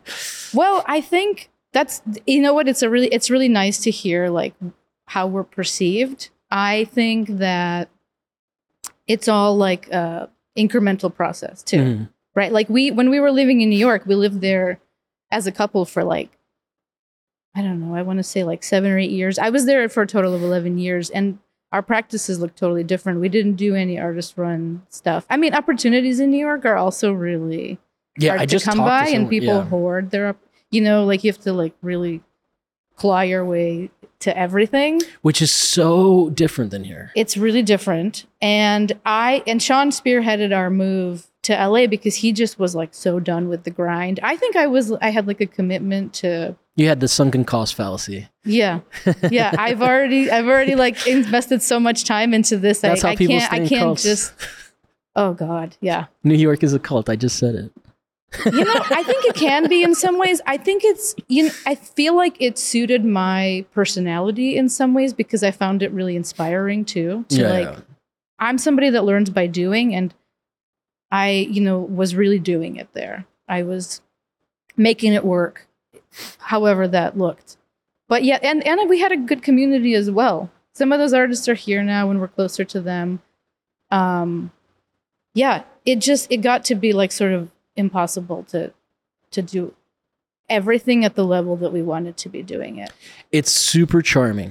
well, I think that's you know what it's a really it's really nice to hear like how we're perceived. I think that it's all like a incremental process too.
Mhm.
right? Like we when we were living in New York, we lived there as a couple for like I don't know, I want to say like 7 or 8 years. I was there for a total of 11 years and our practices look totally different. We didn't do any artist run stuff. I mean, opportunities in New York are also really
Yeah,
hard
I just
to come
talked to
by and
someone-
people
yeah.
hoard their up, you know, like you have to like really claw your way to everything
which is so different than here.
it's really different and i and sean spearheaded our move to la because he just was like so done with the grind i think i was i had like a commitment to
You had the sunken cost fallacy.
yeah yeah i've already i've already like invested so much time into this
That's
I,
how
I
people
can't
stay
i
in
can't
cults.
just oh god yeah
New York is a cult. I just said it.
you know i think it can be in some ways i think it's you know i feel like it suited my personality in some ways because i found it really inspiring too to like I'm somebody that learns by doing and I, you know, was really doing it there. I was making it work however that looked. But yeah, and and we had a good community as well. Some of those artists are here now and we're closer to them. Um yeah, it just it got to be like sort of impossible to to do everything at the level that we wanted to be doing it.
it's super charming.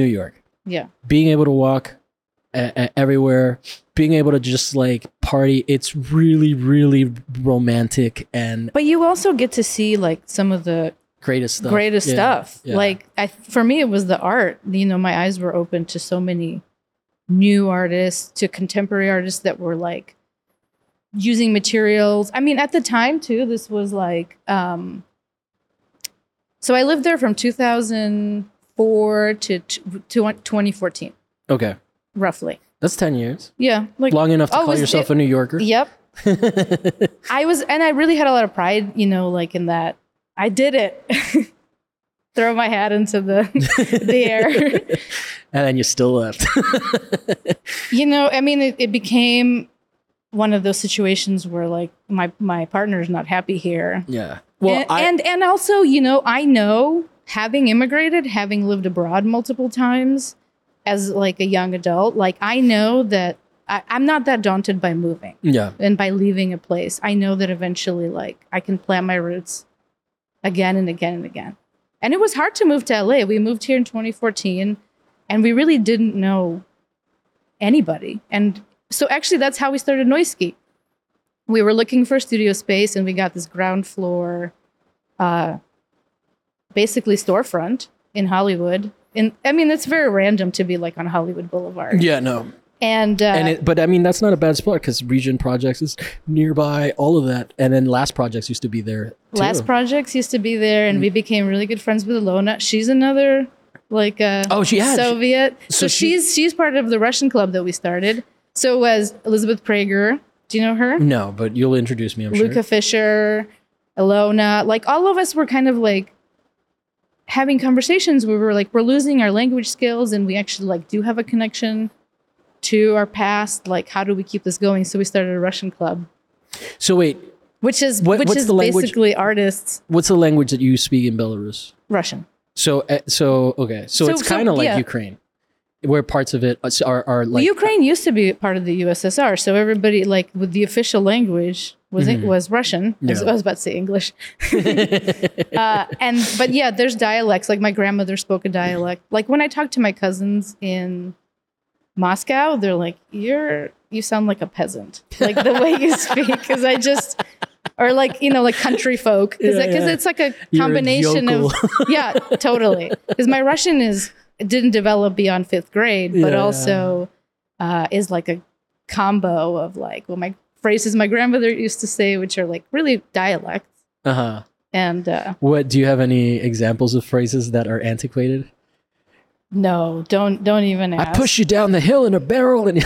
New York,
Yeah.
being able to walk uh, uh, everywhere, being able to just like party. It's really, really romantic and
But you also get to see like some of the
greatest stuff.
greatest
Yeah,
stuff.
yeah.
Like I, for me, it was the art. You know, my eyes were open to so many new artists, to contemporary artists that were like using materials. I mean, at the time too, this was like. Um, so I lived there from 2004 to t- to 2014,
Okay,
roughly.
that's ten years.
Yeah, like
Long enough to
Oh,
call
was
yourself
it-
a New Yorker.
yep. I was, and I really had a lot of pride, you know, like in that I did it. Throw my hat into the the air.
and then you still left.
you know i mean it, it became one of those situations where like my my partner's not happy here
yeah. Well,
and,
I,
and and also you know i know having immigrated having lived abroad multiple times as like a young adult like i know that I, i'm not that daunted by moving
yeah.
and by leaving a place i know that eventually like i can plant my roots again and again and again and it was hard to move to la we moved here in 2014 and we really didn't know anybody and so actually that's how we started noiski we were looking for studio space and we got this ground floor uh basically storefront in hollywood and i mean it's very random to be like on hollywood boulevard
Yeah, no.
and uh,
and it, but I mean that's not a bad spot because Region Projects is nearby, all of that, and then Last Projects used to be there. Too.
Last Projects used to be there, and
Mm.
we became really good friends with Ilona. She's another like uh,
Oh, she- yeah, she-
Soviet. so
so she-
she's she's part of the Russian club that we started. So was Elizabeth Prager. Do you know her?
no, but you'll introduce me. I'm Mm, sure.
Luca Fisher, Ilona. Like all of us were kind of like having conversations where we were like we're losing our language skills, and we actually like do have a connection to our past. Like how do we keep this going? So we started a Russian club,
So wait,
which is
What-
which
what's
is
the language-
basically artists
what's the language that you speak in Belarus?
Russian.
So, uh, so okay, so,
So-
it's
so,
kind of like
yeah.
Ukraine. where parts of it are, are like
Ukraine used to be part of the USSR, so everybody like with the official language was
Mhm.
was Russian. I was-
Yeah.
I was about to say English, uh, and but yeah, there's dialects. Like my grandmother spoke a dialect. Like when I talk to my cousins in Moscow, they're like, "You're you sound like a peasant, like the way you speak." Because I just or like you know like country folk because
Yeah, yeah.
it's like a
You're a
combination of
yokel.
yeah, totally. Because my Russian is it didn't develop beyond fifth grade, but
Yeah.
also uh, is like a combo of like well, my phrases my grandmother used to say, which are like really dialects.
uh-huh.
And uh,
What do you have any examples of phrases that are antiquated?
no, don't don't even ask.
I push you down the hill in a barrel and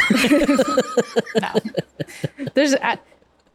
No. There's uh,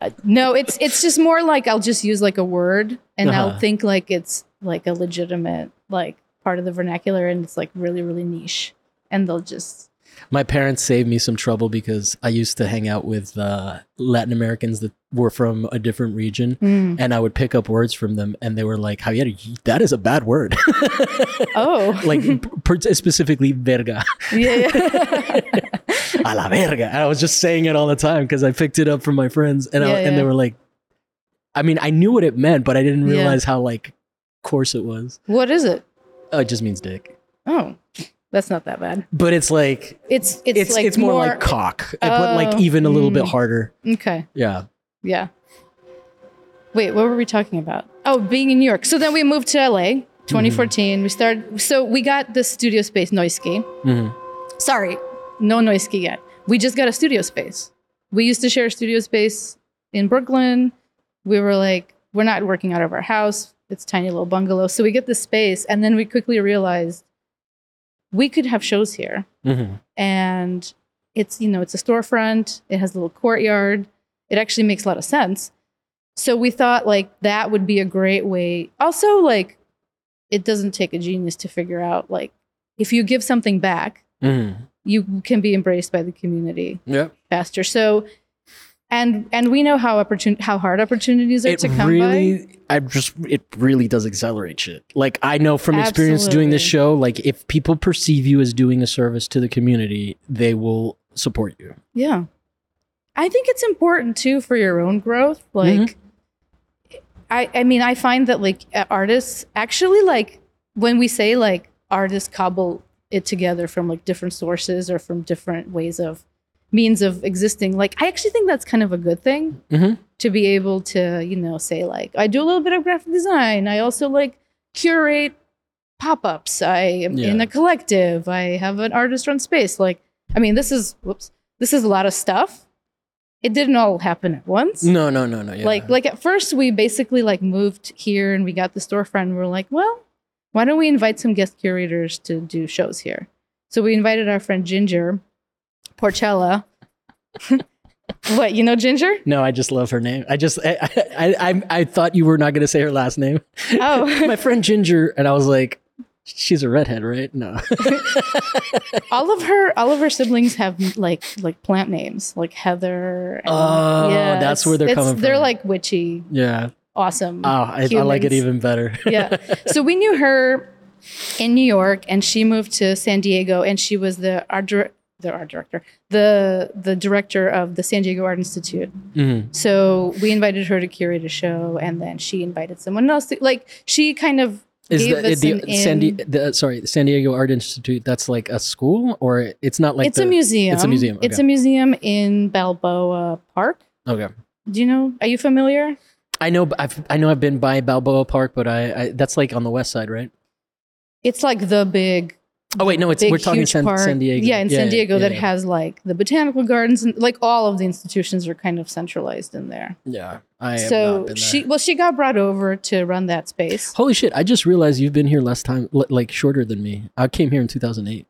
uh, no. It's it's just more like I'll just use like a word, and I'll
Uh-huh.
think like it's like a legitimate like part of the vernacular, and it's like really really niche, and they'll just
My parents saved me some trouble because I used to hang out with uh, Latin Americans that were from a different region,
mm.
and I would pick up words from them, and they were like, "Javier, y- that is a bad word."
oh
like per- specifically verga,
yeah. yeah.
a la verga. And I was just saying it all the time because I picked it up from my friends, and I,
Yeah,
and
yeah.
they were like, I mean, I knew what it meant, but I didn't
Yeah.
realize how like coarse it was.
What is it?
Oh, it just means dick,
Oh, that's not that bad.
but it's like
It's
it's
it's,
it's,
like
more, like cock, but like
Oh,
even a little bit
mm.
harder.
okay,
Yeah.
yeah. Wait, what were we talking about? Oh, being in New York. So then we moved to LA, 2014. We started. So we got the studio space, Noiski.
Mhm.
Sorry, no Noiski yet. We just got a studio space. We used to share a studio space in Brooklyn. We were like, we're not working out of our house. It's a tiny little bungalow. So we get this space, and then we quickly realized we could have shows here.
Mm-hmm.
and it's you know it's a storefront it has a little courtyard it actually makes a lot of sense so we thought like that would be a great way also like it doesn't take a genius to figure out like if you give something back
Mm.
you can be embraced by the community
Yeah.
faster so and and we know how opportun- how hard opportunities are
It
to come by
really, I just, it really does accelerate shit. Like I know from experience doing this
Absolutely.
show, like if people perceive you as doing a service to the community, they will support you.
yeah i think it's important too for your own growth like
Mhm.
I, I mean, I find that like uh, artists actually like when we say like artists cobble it together from like different sources or from different ways of means of existing. Like, I actually think that's kind of a good thing
Mhm.
to be able to, you know, say like, I do a little bit of graphic design. I also like curate pop ups. I am in
Yeah.
a collective. I have an artist run space. Like, I mean, this is, whoops, this is a lot of stuff. It didn't all happen at once
No, no, no, no. Mm, Yeah.
like like at first we basically like moved here and we got the storefront and we're like well why don't we invite some guest curators to do shows here so we invited our friend ginger porcella what you know ginger
no, I just love her name. I just, I, I, I, I, I thought you were not going to say her last name.
oh
My friend Ginger, and I was like, she's a redhead, right? No.
all of her all of her siblings have like like plant names like heather and-
Oh, that's
it's-
where they're
it's-
coming
they're
from.
like witchy
yeah.
awesome
Oh, I, I like it
Humans.
even better.
yeah. So we knew her in New York, and she moved to San Diego, and she was the art dir- the art director, the the director of the San Diego Art Institute.
Mhm.
So we invited her to curate a show, and then she invited someone else. To, like she kind of
Is
gave
the,
us an
the, San Di-
in.
the sorry the San Diego Art Institute? That's like a school, or it's not like
it's
the,
a museum.
it's a museum,
It's
okay.
a museum in Balboa Park.
Okay,
Do you know? Are you familiar?
I know. I've I know I've been by Balboa Park, but I, I that's like on the west side, right?
It's like the big
Oh wait, no, it's
big,
we're talking
huge
San,
park.
San Diego.
Yeah, in San Diego
yeah,
that
yeah.
has like the botanical gardens and like all of the institutions are kind of centralized in there.
Yeah, I have not
so
been
she
there.
well she got brought over to run that space.
Holy shit! I just realized you've been here less time, li- like shorter than me. I came here in 2008.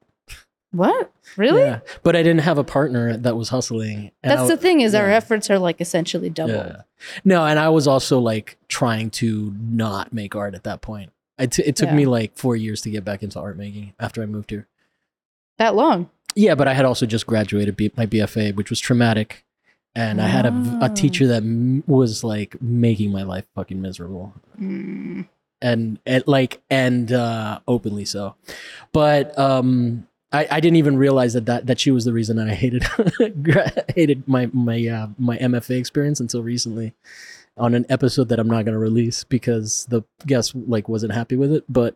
What? Really?
Yeah, but I didn't have a partner that was hustling. and
That's
I-
the thing is our
yeah.
efforts are like essentially doubled.
Yeah. No, and I was also like trying to not make art at that point. It, t- it took
Yeah.
me like four years to get back into art making after I moved here.
That long.
Yeah, but I had also just graduated B- my BFA, which was traumatic. And I had a, v- a
Ah.
teacher that m- was like making my life fucking miserable
Mm.
and, and like, and uh, openly so. But um, I, I didn't even realize that, that that she was the reason that I hated gra- hated my my uh, my MFA experience until recently on an episode that I'm not going to release because the guest like wasn't happy with it. But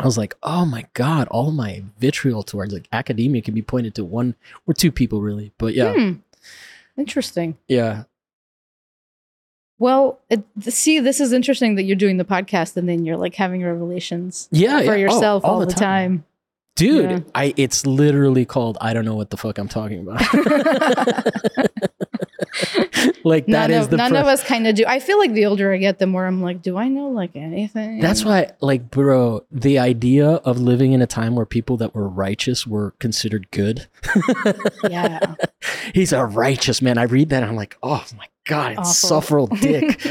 I was like, oh my god, all my vitriol towards like academia can be pointed to one or two people really. But yeah,
Hmm. Interesting.
yeah,
Well, it, see, this is interesting that you're doing the podcast and then you're like having revelations
yeah, yeah.
for
Oh,
yourself all, the time.
dude.
Yeah.
I it's literally called I don't know what the fuck I'm talking about. like that
none
is
of,
the
none
pre-
of us kind of do. I feel like the older I get, the more I'm like, do I know like anything?
That's why, like, bro, the idea of living in a time where people that were righteous were considered good.
yeah.
He's a righteous man. I read that and I'm like, oh my God,
Awful.
insufferable dick.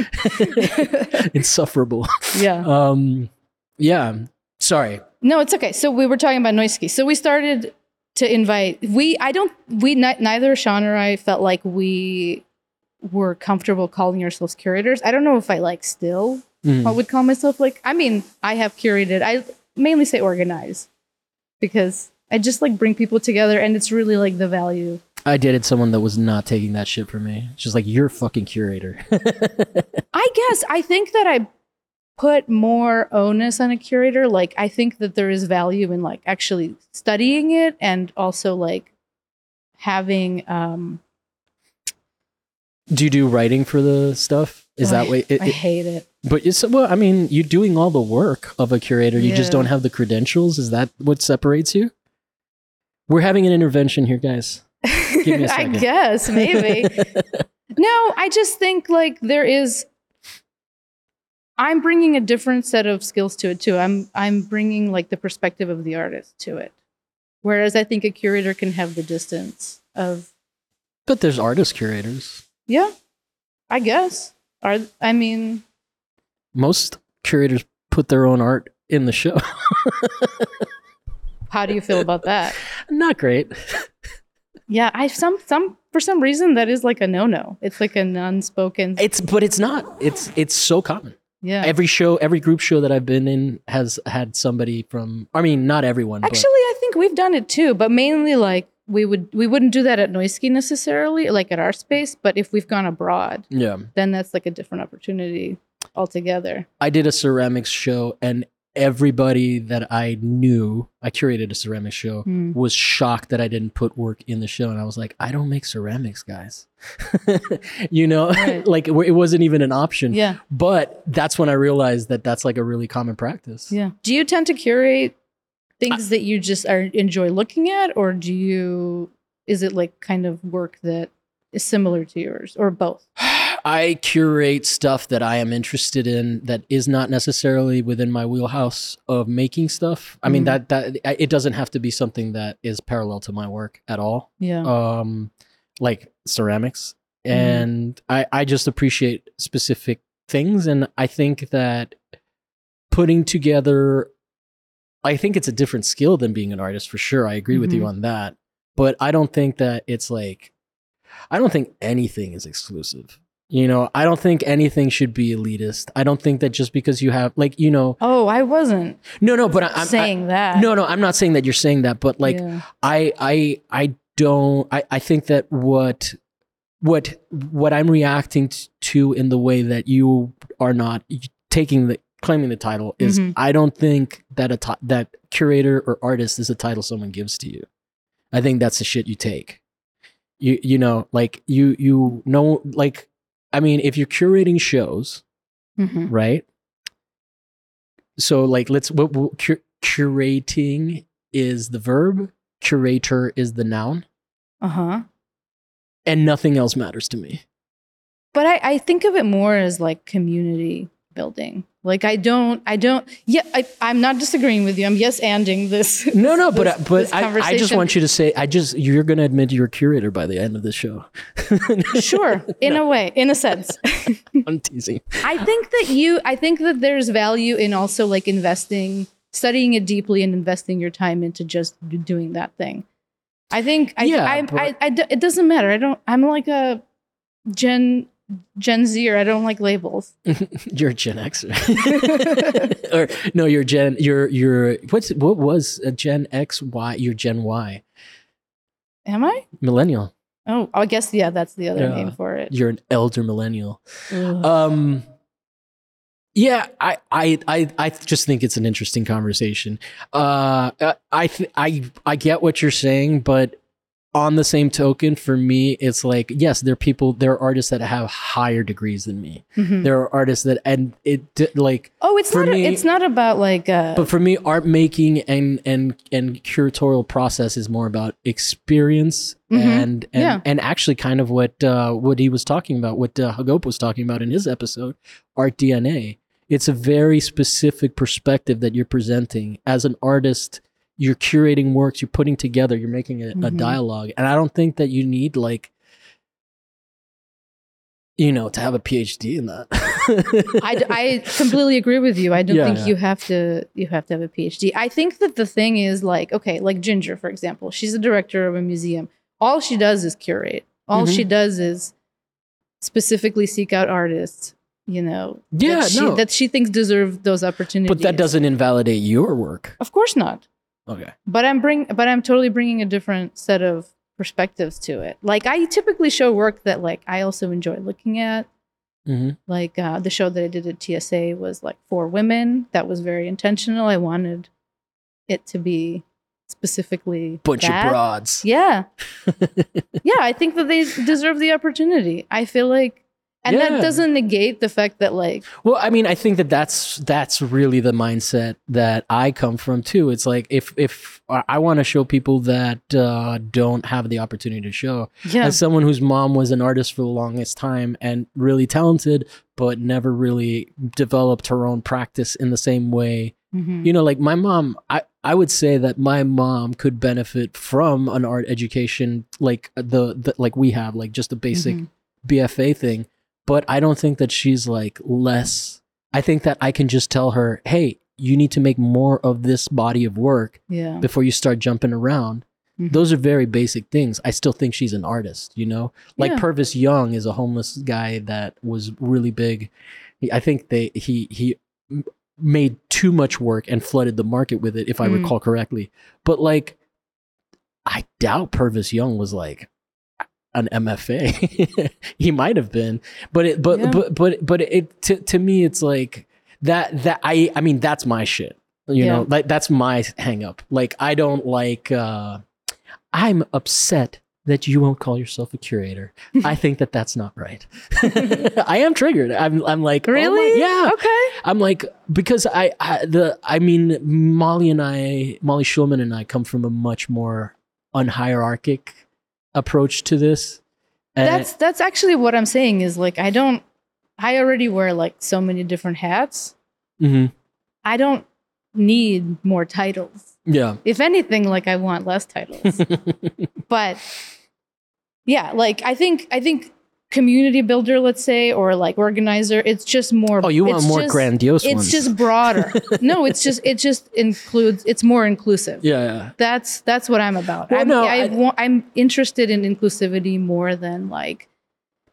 insufferable.
yeah.
Um, yeah. Sorry.
No, it's okay. So we were talking about Noisky. So we started to invite. We I don't we ni- neither Sean or I felt like we were comfortable calling ourselves curators. I don't know if I like still
Mm.
I would call myself like. I mean, I have curated. I mainly say organize because I just like bring people together, and it's really like the value.
I dated someone that was not taking that shit from me. She's like, you're a fucking curator.
I guess I think that I put more onus on a curator. Like I think that there is value in like actually studying it and also like having um
do you do writing for the stuff? Is that
I-
way? It,
I
it-
hate it.
but it's well, I mean, you're doing all the work of a curator. You just
Yeah.
don't have the credentials. Is that what separates you? We're having an intervention here, guys. Give me a
I
second.
guess maybe. no, I just think like there is I'm bringing a different set of skills to it too. I'm I'm bringing like the perspective of the artist to it. Whereas I think a curator can have the distance of
But there's artist curators.
Yeah, I guess. Are I mean,
Most curators put their own art in the show.
how do you feel about that?
Not great.
Yeah, I some some for some reason that is like a no no. It's like an unspoken.
It's but it's not. It's it's so common.
Yeah,
Every show, every group show that I've been in has had somebody from. I mean, not everyone.
actually, I think we've done it too, but mainly like we would we wouldn't do that at Noisky necessarily, like at our space. But if we've gone abroad,
but, yeah.
then that's like a different opportunity altogether.
I did a ceramics show, and everybody that I knew, I curated a ceramics show,
Hmm.
was shocked that I didn't put work in the show. And I was like, I don't make ceramics, guys. you know,
Right.
like it wa- it wasn't even an option.
Yeah,
But that's when I realized that that's like a really common practice.
yeah. Do you tend to curate things that you just are enjoy looking at, or do you? Is it like kind of work that is similar to yours, or both?
I curate stuff that I am interested in that is not necessarily within my wheelhouse of making stuff. I mean
Mhm.
that that I- it doesn't have to be something that is parallel to my work at all.
Yeah.
Um like ceramics
Mhm.
and I I just appreciate specific things and I think that putting together I think it's a different skill than being an artist for sure. I agree with you
Mhm.
on that. But I don't think that it's like I don't think anything is exclusive. You know, I don't think anything should be elitist. I don't think that just because you have like, you know,
Oh, I wasn't
no no, but I, I'm I-
saying that.
no, no, I'm not saying that you're saying that, but like
Yeah.
I I I don't I, I think that what what what I'm reacting t- to in the way that you are not taking the claiming the title is
Mhm.
I don't think that a ti- that curator or artist is a title someone gives to you. I think that's the shit you take. You you know like you you know like I mean if you're curating shows
Mhm.
right? So like let's what, what cur- curating is the verb, curator is the noun,
Uh huh.
and nothing else matters to me.
But I, I think of it more as like community building. Like I don't, I don't. Yeah, I, I'm not disagreeing with you. I'm yes anding this.
No, no, but
this-
I-
this
but I, I just
conversation.
want you to say I just you're gonna admit you're a curator by the end of the show.
Sure, in a way, in a sense.
I'm teasing.
I think that you I think that there's value in also like investing studying it deeply and investing your time into just d- doing that thing. I think I
Yeah,
I,
but-
I, I d- it doesn't matter. I don't I'm like a gen Gen Zer. I don't like labels.
You're a Gen Xer, or no, you're Gen. You're you're what's what was a Gen X Y? You're Gen Y,
Am I?
millennial.
Oh, I guess yeah. That's the other
Yeah.
name for it.
You're an elder millennial.
Ugh.
Um, yeah, I I I I just think it's an interesting conversation. Uh, I- I th- I I get what you're saying, but on the same token, for me, it's like yes, there are people, there are artists that have higher degrees than me.
Mhm.
There are artists that and it di- like
Oh, it's
for
not. a-
me-
it's not about like. Uh,
but for me art making and and and curatorial process is more about experience
Mhm.
and and,
Yeah.
and actually kind of what uh what he was talking about what uh, Hagop was talking about in his episode art DNA it's a very specific perspective that you're presenting as an artist you're curating works you're putting together you're making a, a
Mhm.
dialogue and I don't think that you need like you know to have a PhD in that
I, d- I completely agree with you. I don't
Yeah,
think
yeah.
you have to you have to have a PhD. I think that the thing is like okay, like Ginger for example, she's the director of a museum. All she does is curate. All
Mhm.
she does is specifically seek out artists, you know,
yeah
that she,
no
that she thinks deserve those opportunities.
but that doesn't invalidate your work
Of course not.
okay
But I'm bring but I'm totally bringing a different set of perspectives to it. Like I typically show work that like I also enjoy looking at.
Mm-hmm.
like uh, the show that I did at TSA was like for women. That was very intentional. I wanted it to be specifically
Bunch
that.
of broads.
Yeah, yeah. I think that they deserve the opportunity. I feel like, and
Yeah.
that doesn't negate the fact that like
Well, I mean, I think that that's that's really the mindset that I come from too. It's like if if I- I want to show people that uh, don't have the opportunity to show,
yeah,
as someone whose mom was an artist for the longest time and really talented, but never really developed her own practice in the same way.
Mhm.
You know, like my mom, I I would say that my mom could benefit from an art education like the, the like we have, like just the basic
Mhm.
BFA thing, but I don't think that she's like less. I think that I can just tell her, hey, you need to make more of this body of work
yeah.
before you start jumping around.
Mhm.
Those are very basic things. I still think she's an artist, you know? Like
Yeah.
Purvis Young is a homeless guy that was really big. He- I think they he he m- made too much work and flooded the market with it if I
Mm.
recall correctly. But like I doubt Purvis Young was like an MFA. he might have been, but it, but,
Yeah.
but but but it to to me it's like that that I I mean that's my shit. You
Yeah.
know, like that's my hang up. Like I don't like uh I'm upset that you won't call yourself a curator. I think that that's not right. I am triggered. I'm I'm like oh my-
Really?
yeah.
Okay.
I'm like because I, I the I mean Molly and I Molly Schulman and I come from a much more unhierarchic approach to this. And
that's that's actually what I'm saying is like I don't. I already wear like so many different hats.
Mhm.
I don't need more titles.
yeah.
If anything, like I want less titles. but yeah like i think i think community builder let's say or like organizer it's just more
oh, you want
it's
more
just-
grandiose
it's
ones?
just broader no it's just it just includes it's more inclusive
yeah, yeah.
that's that's what i'm about
Well,
i'm
no,
I,
I-
want, i'm interested in inclusivity more than like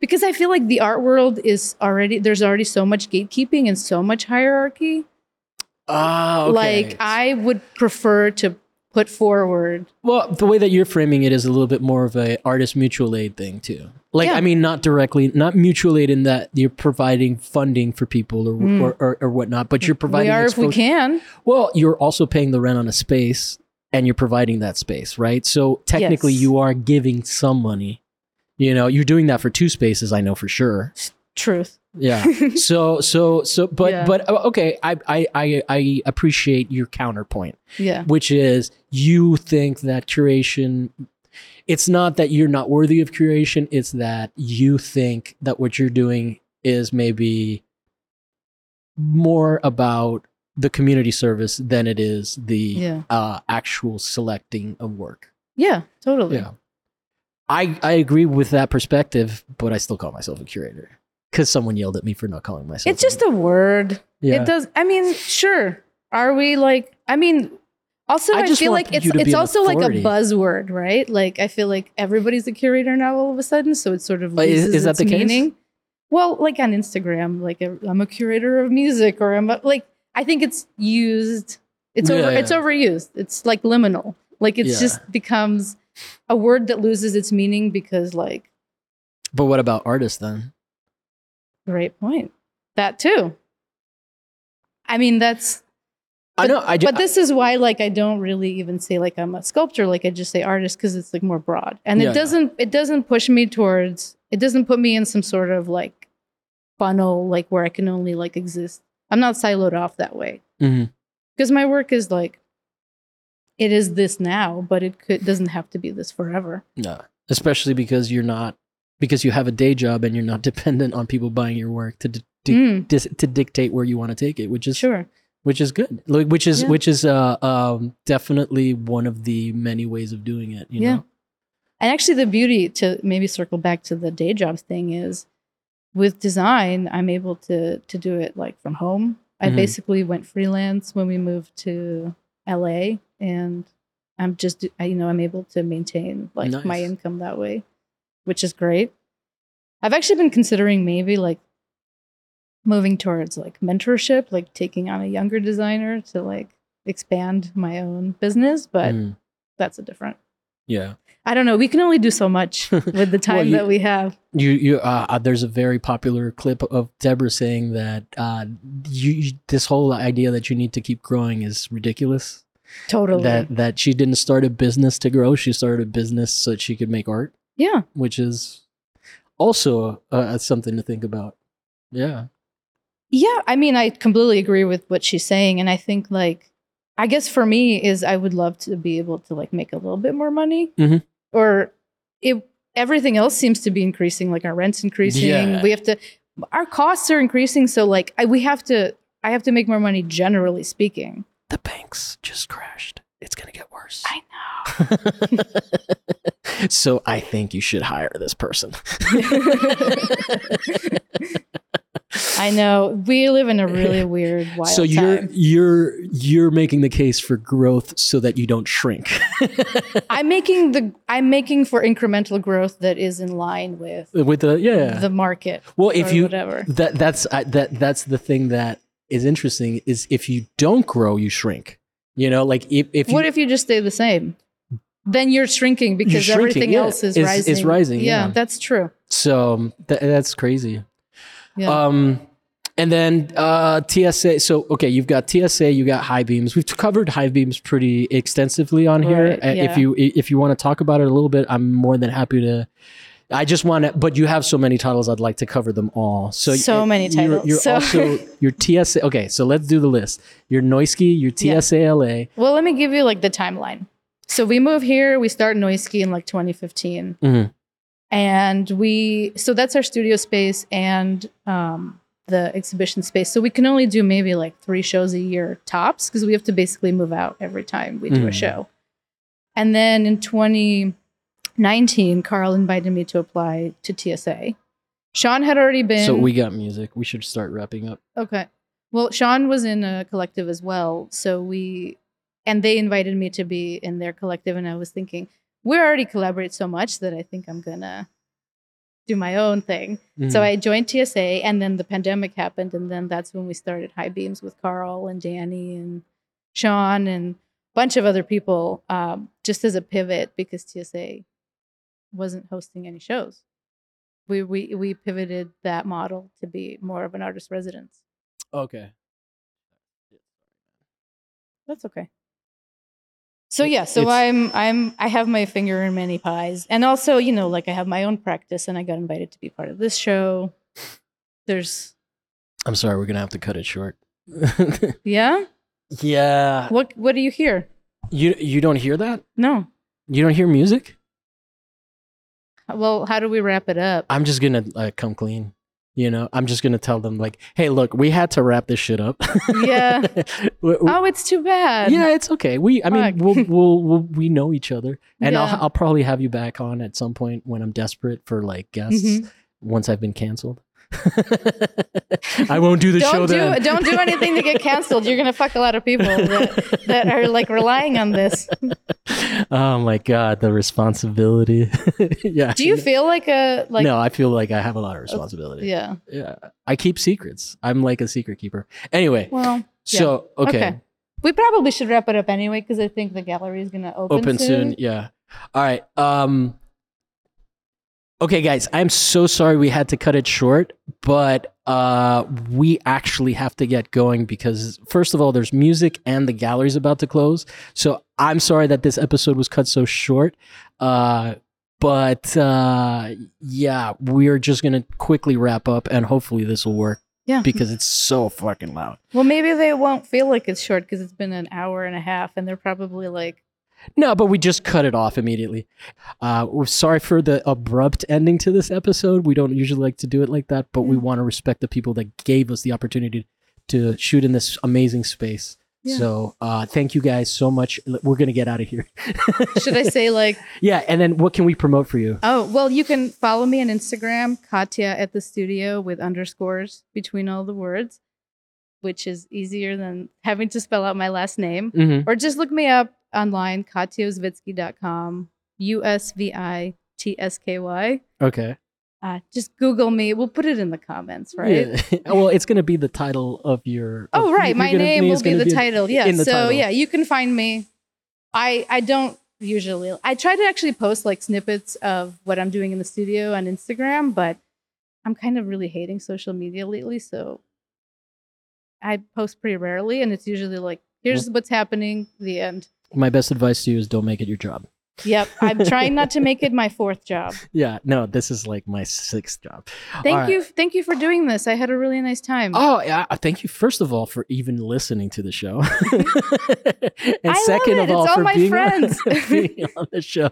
because i feel like the art world is already there's already so much gatekeeping and so much hierarchy
Ah, okay.
like i would prefer to put forward
well, the way that you're framing it is a little bit more of a artist mutual aid thing too. Like,
Yeah.
I mean, not directly, not mutual aid in that you're providing funding for people or
Mm.
or, or, or whatnot, but you're
we
providing.
are if we
exposure-
can
Well, you're also paying the rent on a space and you're providing that space, right? So technically
Yes.
you are giving some money. You know, you're doing that for two spaces, I know for sure.
truth
Yeah. so so so but
Yeah.
but uh, okay, I, I I I appreciate your counterpoint,
yeah
which is you think that curation it's not that you're not worthy of curation, it's that you think that what you're doing is maybe more about the community service than it is the
Yeah.
uh, actual selecting of work.
Yeah, totally.
Yeah. I, I agree with that perspective, but I still call myself a curator because someone yelled at me for not calling myself.
It's just a word.
yeah.
It does. I mean, sure. Are we like? I mean, also
I
I,
just
feel
want
like it's
you to be
it's
an
also like a
authority.
buzzword, right? Like I feel like everybody's a curator now all of a sudden, so it sort of
But is-
loses
is that
its
the case?
meaning. well, like on Instagram, like i I'm a curator of music, or I'm a, like I think it's used. It's
Yeah,
over.
yeah.
It's overused. It's like liminal. Like it's
Yeah.
just becomes a word that loses its meaning because like
But what about artists then?
great point. That too. I mean that's
I know. I just,
but this is why like I don't really even say like I'm a sculptor like I just say artist cuz it's like more broad. And
Yeah, yeah.
it doesn't it doesn't push me towards it doesn't put me in some sort of like funnel like where I can only like exist. I'm not siloed off that way
Mhm.
because my work is like it is this now, but it could doesn't have to be this forever.
no, especially because you're not because you have a day job and you're not dependent on people buying your work to di- di-
Mm,
dis- to dictate where you want to take it, which is
sure.
which is good. Like, which is
Yeah.
which is uh, um, definitely one of the many ways of doing it. You
Yeah.
know?
And actually, the beauty to maybe circle back to the day job thing is with design, I'm able to to do it like from home. I
Mhm.
basically went freelance when we moved to LA, and I'm just I- you know I'm able to maintain like my
Nice.
income that way, which is great. I've actually been considering maybe like moving towards like mentorship, like taking on a younger designer to like expand my own business, but
Mm.
that's a different
yeah.
I don't know. We can only do so much with the time
Well, you-
that we have.
You you uh, uh, there's a very popular clip of Deborah saying that uh, you, you this whole idea that you need to keep growing is ridiculous.
Totally.
That that she didn't start a business to grow. She started a business so that she could make art,
yeah.
which is also uh, something to think about. Yeah.
Yeah. I mean, I completely agree with what she's saying. And I think, like, I guess for me, is I would love to be able to, like, make a little bit more money
Mhm.
or it, everything else seems to be increasing. Like, our rent's increasing.
Yeah.
We have to, our costs are increasing. So, like, I, we have to, I have to make more money, generally speaking.
The banks just crashed. It's gonna get worse.
I
so I think you should hire this person.
I know we live in a really weird, wild
so you're
time.
you're you're making the case for growth so that you don't shrink.
I'm making the I'm making for incremental growth that is in line with
With the yeah.
the market
well, if
or
you
whatever.
that that's I that that's the thing that is interesting is if you don't grow, you shrink. You know, like if if you,
what if you just stay the same? Then you're shrinking because
shrinking,
everything
yeah,
else is,
is-
rising.
is rising, yeah.
that's true.
so um, tha- that's crazy.
Yeah.
Um, and then uh, TSA. So okay, you've got TSA, you got high beams. We've covered high beams pretty extensively on here.
Right,
Uh, If
yeah.
you if you want to talk about it a little bit, I'm more than happy to. I just want to, but you have so many titles. I'd like to cover them all. So
So
y-
many
you're-
titles.
You're
So-
also your TSA. Okay, so let's do the list. Your Noisky, your
Yeah.
TSA LA.
well, let me give you like the timeline. So we move here. We start Noisky in like 2015.
Mhm.
and we so that's our studio space and um, the exhibition space so we can only do maybe like three shows a year tops because we have to basically move out every time we do a
Mhm.
show and then in 2019 carl invited me to apply to tsa sean had already been
So we got music. We should start wrapping up.
Okay. Well, Sean was in a collective as well, so we and they invited me to be in their collective and I was thinking, we already collaborate so much that I think I'm going to do my own thing.
Mm.
So
Mm-hmm.
I joined TSA and then the pandemic happened and then that's when we started High Beams with Carl and Danny and Sean and a bunch of other people um, just as a pivot because TSA wasn't hosting any shows. We, we, we pivoted that model to be more of an artist residence.
okay.
That's okay. So yeah, so
it's-
I'm I'm I have my finger in many pies. And also, you know, like I have my own practice and I got invited to be part of this show. There's
I'm sorry. We're gonna have to cut it short.
yeah?
yeah.
What what do you hear?
You you don't hear that?
No.
You don't hear music?
Well, how do we wrap it up?
I'm just gonna uh, come clean. You know, I'm just gonna tell them like, hey, look, we had to wrap this shit up.
Yeah.
We- we-
Oh, it's too bad.
yeah, it's okay. We, I mean,
Fuck.
we'll, we'll, we'll, we know each other, and
Yeah.
I'll, I'll probably have you back on at some point when I'm desperate for like guests
Mhm.
once I've been canceled. I won't do the
don't
show
do
then.
don't do anything to get canceled. You're gonna fuck a lot of people that, that are like relying on this.
oh my god, the responsibility. yeah.
Do you feel like a like
no, I feel like I have a lot of responsibility.
yeah?
yeah. I keep secrets. I'm like a secret keeper. Anyway,
Well,
so okay.
Okay. we probably should wrap it up anyway because I think the gallery is gonna open,
Open soon. Yeah. All right. Um Okay, guys, I'm so sorry we had to cut it short, but uh we actually have to get going because first of all, there's music and the gallery's about to close. So I'm sorry that this episode was cut so short. Uh but uh yeah, we're just gonna quickly wrap up and hopefully this will work
Yeah.
because it's so fucking loud.
Well, maybe they won't feel like it's short because it's been an hour and a half, and they're probably like,
No, but we just cut it off immediately. Uh, we're sorry for the abrupt ending to this episode. We don't usually like to do it like that, but we
Mm.
want to respect the people that gave us the opportunity to shoot in this amazing space.
Yeah.
So uh, thank you guys so much. L- We're gonna get out of here.
should I say like,
Yeah, and then what can we promote for you?
oh, well, you can follow me on Instagram, Katya at the studio with underscores between all the words, which is easier than having to spell out my last name.
Mm-hmm.
Or just look me up online, katyozvitsky.com, U S V I T S K Y.
Okay.
Uh, just Google me. We'll put it in the comments, right?
Yeah. well, it's gonna be the title of your.
Oh,
of-
right.
you're
My
gonna-
name
is
will be
gonna
the title. Yeah.
in the
so
title.
yeah, you can find me. I I don't usually. I try to actually post like snippets of what I'm doing in the studio on Instagram, but I'm kind of really hating social media lately, so I post pretty rarely, and it's usually like, here's
Mm.
what's happening. The end.
My best advice to you is don't make it your job.
Yep. I'm trying not to make it my fourth job.
Yeah. No, this is like my sixth job.
Thank
All right.
you. Thank you for doing this. I had a really nice time.
Oh, yeah. I Thank you, first of all, for even listening to the show. and
love
second
it.
of
It's
all,
all
for
my
being,
friends.
On, being on the show.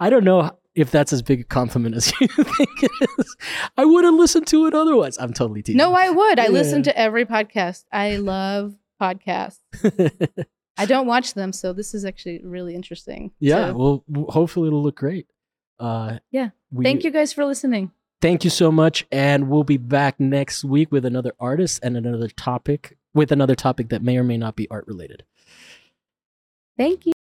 I don't know if that's as big a compliment as you think it is. I would have listened to it otherwise. I'm totally teasing.
No, I would. I
Yeah.
listen to every podcast. I love podcasts. I don't watch them, so this is actually really interesting.
yeah.
So,
well, w- hopefully it'll look great. Uh,
Yeah.
we-
thank you guys for listening.
Thank you so much. And we'll be back next week with another artist and another topic, with another topic that may or may not be art related.
Thank you.